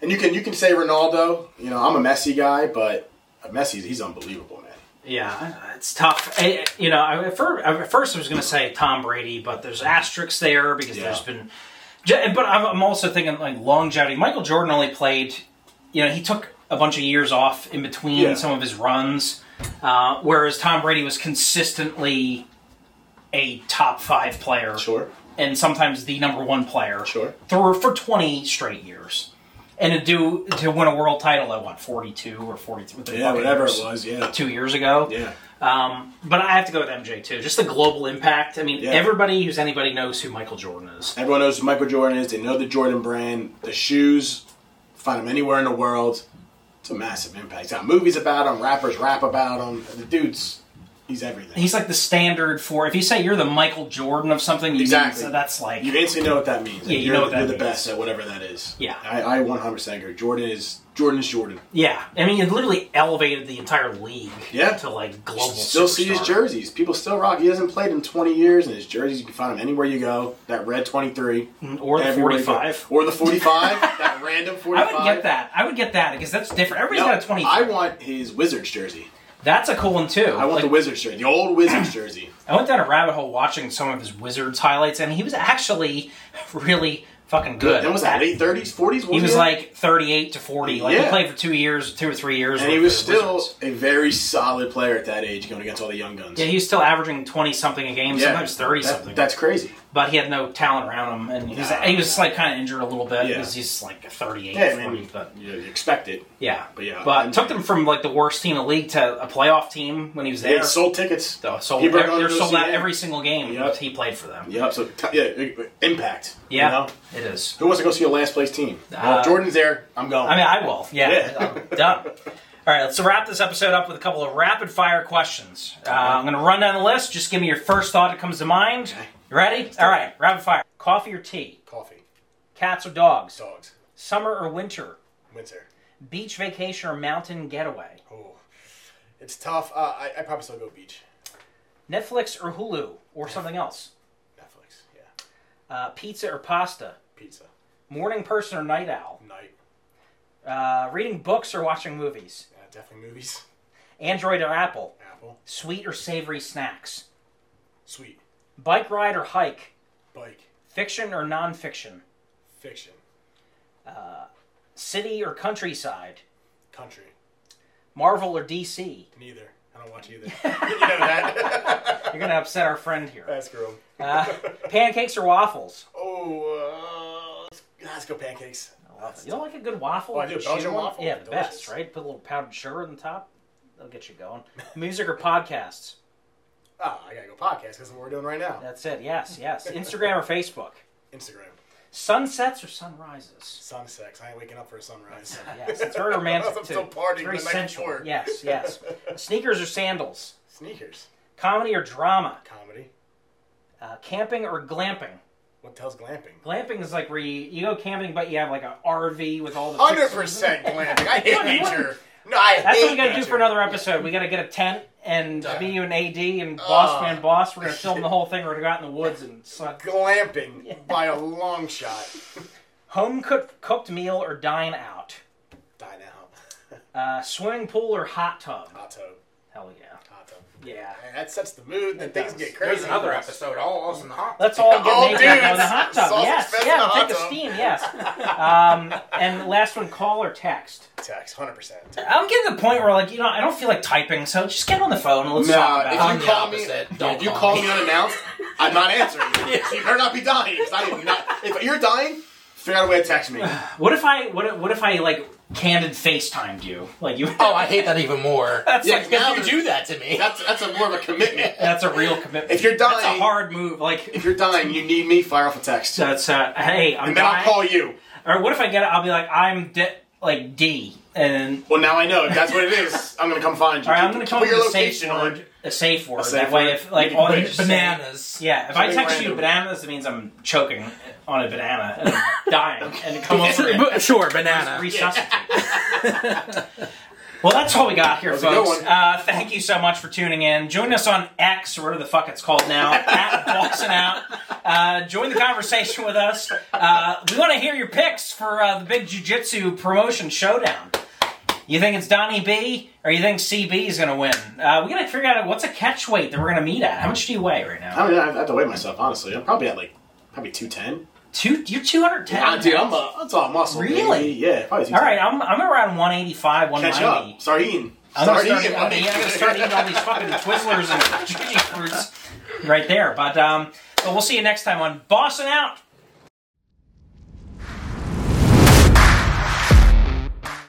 Speaker 3: And you can you can say Ronaldo. You know, I'm a Messi guy, but Messi, he's unbelievable, man.
Speaker 1: Yeah, it's tough. I, you know, I, at, first, at first I was going to say Tom Brady, but there's asterisks there because
Speaker 3: Yeah.
Speaker 1: there's been. J- But I'm I'm also thinking like longevity. Michael Jordan only played, you know, he took a bunch of years off in between
Speaker 3: Yeah.
Speaker 1: some of his runs, uh, whereas Tom Brady was consistently a top five player
Speaker 3: Sure.
Speaker 1: and sometimes the number one player
Speaker 3: Sure.
Speaker 1: through for 20 straight years. And to do to win a world title at what 42 or 43 with the
Speaker 3: Yeah, whatever it
Speaker 1: Buccaneers
Speaker 3: was. Yeah.
Speaker 1: two years ago.
Speaker 3: Yeah.
Speaker 1: Um, but I have to go with MJ too. Just the global impact. I mean,
Speaker 3: Yeah.
Speaker 1: everybody who's anybody knows who Michael Jordan is.
Speaker 3: Everyone knows who Michael Jordan is. They know the Jordan brand. The shoes, find them anywhere in the world. It's a massive impact. He's got movies about him. Rappers rap about him. The dude's, he's everything.
Speaker 1: He's like the standard for if you say you're the Michael Jordan of something. You
Speaker 3: Exactly.
Speaker 1: so that's like
Speaker 3: you instantly know what that means.
Speaker 1: Yeah, you
Speaker 3: You're-
Speaker 1: know what that
Speaker 3: You're the
Speaker 1: means.
Speaker 3: best at whatever that is.
Speaker 1: Yeah.
Speaker 3: I, I 100% agree. Jordan is Jordan is Jordan.
Speaker 1: yeah. I mean, it literally elevated the entire league.
Speaker 3: Yeah.
Speaker 1: To like global.
Speaker 3: Still see his
Speaker 1: superstar.
Speaker 3: jerseys. People still rock. He hasn't played in 20 years, and his jerseys you can find them anywhere you go. That red 23
Speaker 1: Mm, or the
Speaker 3: everywhere you go.
Speaker 1: 45.
Speaker 3: or the 45. that random
Speaker 1: I
Speaker 3: 45.
Speaker 1: would get that. I would get that because that's different. Everybody's
Speaker 3: No,
Speaker 1: got a twenty.
Speaker 3: I want his Wizards jersey.
Speaker 1: That's a cool one too.
Speaker 3: I want
Speaker 1: Like,
Speaker 3: the Wizards jersey, the old Wizards jersey.
Speaker 1: I went down a rabbit hole watching some of his Wizards highlights, and he was actually really fucking good.
Speaker 3: Then was that late thirties, forties?
Speaker 1: He was like 38 to 40. Like he
Speaker 3: Yeah.
Speaker 1: played for two years, two or three years.
Speaker 3: and he
Speaker 1: with
Speaker 3: was
Speaker 1: the
Speaker 3: still
Speaker 1: Wizards.
Speaker 3: a very solid player at that age, going against all the young guns.
Speaker 1: Yeah, he was still averaging 20 something a game, sometimes 30
Speaker 3: That-
Speaker 1: something.
Speaker 3: That's crazy.
Speaker 1: but he had no talent around him, and he was,
Speaker 3: Nah.
Speaker 1: he was like kind of injured a little bit
Speaker 3: Yeah.
Speaker 1: because he's like 38,
Speaker 3: Yeah,
Speaker 1: 40.
Speaker 3: I mean,
Speaker 1: but
Speaker 3: you, you expect it.
Speaker 1: yeah,
Speaker 3: But yeah,
Speaker 1: but
Speaker 3: I'm-
Speaker 1: took them from like the worst team in the league to a playoff team when he was
Speaker 3: They
Speaker 1: there.
Speaker 3: had sold tickets.
Speaker 1: so so
Speaker 3: He
Speaker 1: they're,
Speaker 3: brought on
Speaker 1: they're
Speaker 3: those
Speaker 1: sold out
Speaker 3: CDs.
Speaker 1: every single game
Speaker 3: Yep.
Speaker 1: he played for them.
Speaker 3: Yep. So t- yeah, i- i- impact. you
Speaker 1: Yeah,
Speaker 3: know?
Speaker 1: it is.
Speaker 3: Who wants to go see a last place team? well,
Speaker 1: Uh,
Speaker 3: if Jordan's there. I'm going.
Speaker 1: I mean, I will. Yeah,
Speaker 3: Yeah.
Speaker 1: I'm done. All right, let's wrap this episode up with a couple of rapid fire questions. Uh, I'm going to run down the list. Just give me your first thought that comes to mind.
Speaker 3: Okay.
Speaker 1: You ready? All right, rapid fire. Coffee or tea?
Speaker 3: Coffee,
Speaker 1: Cats or dogs?
Speaker 3: dogs,
Speaker 1: Summer or winter?
Speaker 3: winter.
Speaker 1: Beach vacation or mountain getaway?
Speaker 3: Oh, it's tough. Uh, I I probably still go beach.
Speaker 1: Netflix or Hulu or something else?
Speaker 3: Netflix. Yeah.
Speaker 1: Uh, pizza or pasta?
Speaker 3: Pizza.
Speaker 1: Morning person or night owl?
Speaker 3: Night.
Speaker 1: Uh, reading books or watching movies?
Speaker 3: Yeah, uh, definitely movies.
Speaker 1: Android or Apple?
Speaker 3: Apple.
Speaker 1: Sweet or savory snacks?
Speaker 3: Sweet.
Speaker 1: Bike ride or hike?
Speaker 3: Bike.
Speaker 1: Fiction or nonfiction?
Speaker 3: Fiction.
Speaker 1: City or countryside?
Speaker 3: Country.
Speaker 1: Marvel or DC?
Speaker 3: Neither. I don't watch either. you know that.
Speaker 1: You're gonna upset our friend here.
Speaker 3: Ask girl.
Speaker 1: Uh, pancakes or waffles?
Speaker 3: Oh, uh, let's go pancakes.
Speaker 1: You don't like a good waffle?
Speaker 3: Oh, I do.
Speaker 1: Shitty
Speaker 3: Belgian
Speaker 1: one?
Speaker 3: waffle.
Speaker 1: Yeah, the
Speaker 3: Delicious.
Speaker 1: best, right? Put a little powdered sugar on the top. That'll get you going. Music or podcasts?
Speaker 3: Oh, I gotta go podcast because what we're doing right now.
Speaker 1: That's it. Yes, yes. Instagram or Facebook?
Speaker 3: Instagram.
Speaker 1: Sunsets or sunrises?
Speaker 3: Sunsex. I ain't waking up for a sunrise.
Speaker 1: Yes, it's very romantic
Speaker 3: I'm
Speaker 1: too.
Speaker 3: still partying
Speaker 1: It's very
Speaker 3: the night
Speaker 1: sensual.
Speaker 3: before.
Speaker 1: Yes, yes. Sneakers or sandals?
Speaker 3: Sneakers.
Speaker 1: Comedy or drama?
Speaker 3: Comedy.
Speaker 1: Uh, camping or glamping?
Speaker 3: What the hell's glamping?
Speaker 1: Glamping is like where you, you go camping, but you have like an RV with all the
Speaker 3: Hundred
Speaker 1: fixings.
Speaker 3: percent glamping. I hate
Speaker 1: you want-
Speaker 3: nature. No, I
Speaker 1: That's
Speaker 3: hate
Speaker 1: what we gotta do
Speaker 3: nature.
Speaker 1: for another episode. We gotta get a tent and
Speaker 3: Yeah. Ah,
Speaker 1: me and AD and Boss
Speaker 3: Ugh.
Speaker 1: Man Boss. We're gonna film the whole thing. We're gonna go out in the woods and suck.
Speaker 3: Glamping by a long shot.
Speaker 1: Home cooked cooked meal or dine out.
Speaker 3: Die now.
Speaker 1: Uh, swimming pool or hot tub?
Speaker 3: Hot tub.
Speaker 1: Hell yeah.
Speaker 3: Hot tub.
Speaker 1: Yeah.
Speaker 3: Man, that sets the mood. Then things
Speaker 1: does.
Speaker 3: get
Speaker 4: There's
Speaker 3: crazy.
Speaker 4: another episode, all us in the hot.
Speaker 1: Let's all
Speaker 3: All
Speaker 1: get naked in
Speaker 3: dudes.
Speaker 1: the hot tub.
Speaker 3: Sausage
Speaker 1: yes.
Speaker 3: fest in
Speaker 1: Yeah.
Speaker 3: the
Speaker 1: Take
Speaker 3: hot
Speaker 1: the
Speaker 3: tub.
Speaker 1: steam. Yes. Um, and last one, call or text.
Speaker 3: Text, hundred percent.
Speaker 1: I'm getting to the point where like you know I don't feel like typing, so just get on the phone and let's talk about it.
Speaker 3: Nah,
Speaker 4: I'm
Speaker 3: if
Speaker 4: the
Speaker 3: you call me,
Speaker 4: opposite.
Speaker 3: yeah,
Speaker 4: Don't
Speaker 3: if you
Speaker 4: call
Speaker 3: call
Speaker 4: me.
Speaker 3: me unannounced, I'm not answering. So you better not be dying. 'cause I am not. If you're dying, figure out a way to text me.
Speaker 1: What if I what if, what if I like candid FaceTimed you? Like you
Speaker 4: Oh, I hate that even more. That's
Speaker 3: Yeah,
Speaker 4: like,
Speaker 3: now
Speaker 4: you
Speaker 3: there's-
Speaker 4: do that to me.
Speaker 3: That's that's a more of a commitment.
Speaker 1: that's a real commitment.
Speaker 3: If you're
Speaker 1: that's a
Speaker 3: dying-
Speaker 1: hard move. Like
Speaker 3: If you're dying, you need me. Fire off a text,
Speaker 1: that's uh, hey, I'm
Speaker 3: and then I'll
Speaker 1: dying.
Speaker 3: call you.
Speaker 1: Or what if I get it? I'll be like I'm de- like D, and
Speaker 3: Well, now I know. If that's what it is, I'm gonna come find you.
Speaker 1: all right, I'm gonna come up
Speaker 3: Put
Speaker 1: with
Speaker 3: your
Speaker 1: a safe
Speaker 3: location
Speaker 1: word.
Speaker 3: on.
Speaker 1: A safe word.
Speaker 3: safe
Speaker 1: that way,
Speaker 3: word.
Speaker 1: if like
Speaker 3: Make it
Speaker 1: all
Speaker 3: quick.
Speaker 1: you just say-
Speaker 4: Bananas.
Speaker 1: Yeah, if I
Speaker 3: Something
Speaker 1: text you
Speaker 3: random.
Speaker 1: bananas, it means I'm choking on a banana and I'm dying, and come over and
Speaker 4: Sure, sure, banana.
Speaker 1: resuscitate. well, that's all we got here,
Speaker 3: a good
Speaker 1: folks.
Speaker 3: one.
Speaker 1: Uh, thank you so much for tuning in. Join us on X, or whatever the fuck it's called now, at Boston Out. Uh, join the conversation with us. Uh, we want to hear your picks for uh, the big jiu-jitsu promotion showdown. You think it's Donnie B, or you think CB is going to win? Uh, we got to figure out what's a catch weight that we're going to meet at. How much do you weigh right now?
Speaker 3: I mean, I have to weigh myself. Honestly, I'm probably at like probably two ten.
Speaker 1: Two, you're 210.
Speaker 3: Ah, dude, I'm a, that's all muscle. baby.
Speaker 1: Really?
Speaker 3: Yeah, probably two
Speaker 1: All
Speaker 3: ten.
Speaker 1: right, I'm, I'm around 185,
Speaker 3: catch
Speaker 1: 190.
Speaker 3: up. Sardine.
Speaker 1: I'm gonna, start,
Speaker 3: Sardine.
Speaker 1: I'm, yeah, I'm gonna start eating all these fucking Twizzlers and Gigi fruits right there. But um, but we'll see you next time on Bossing Out.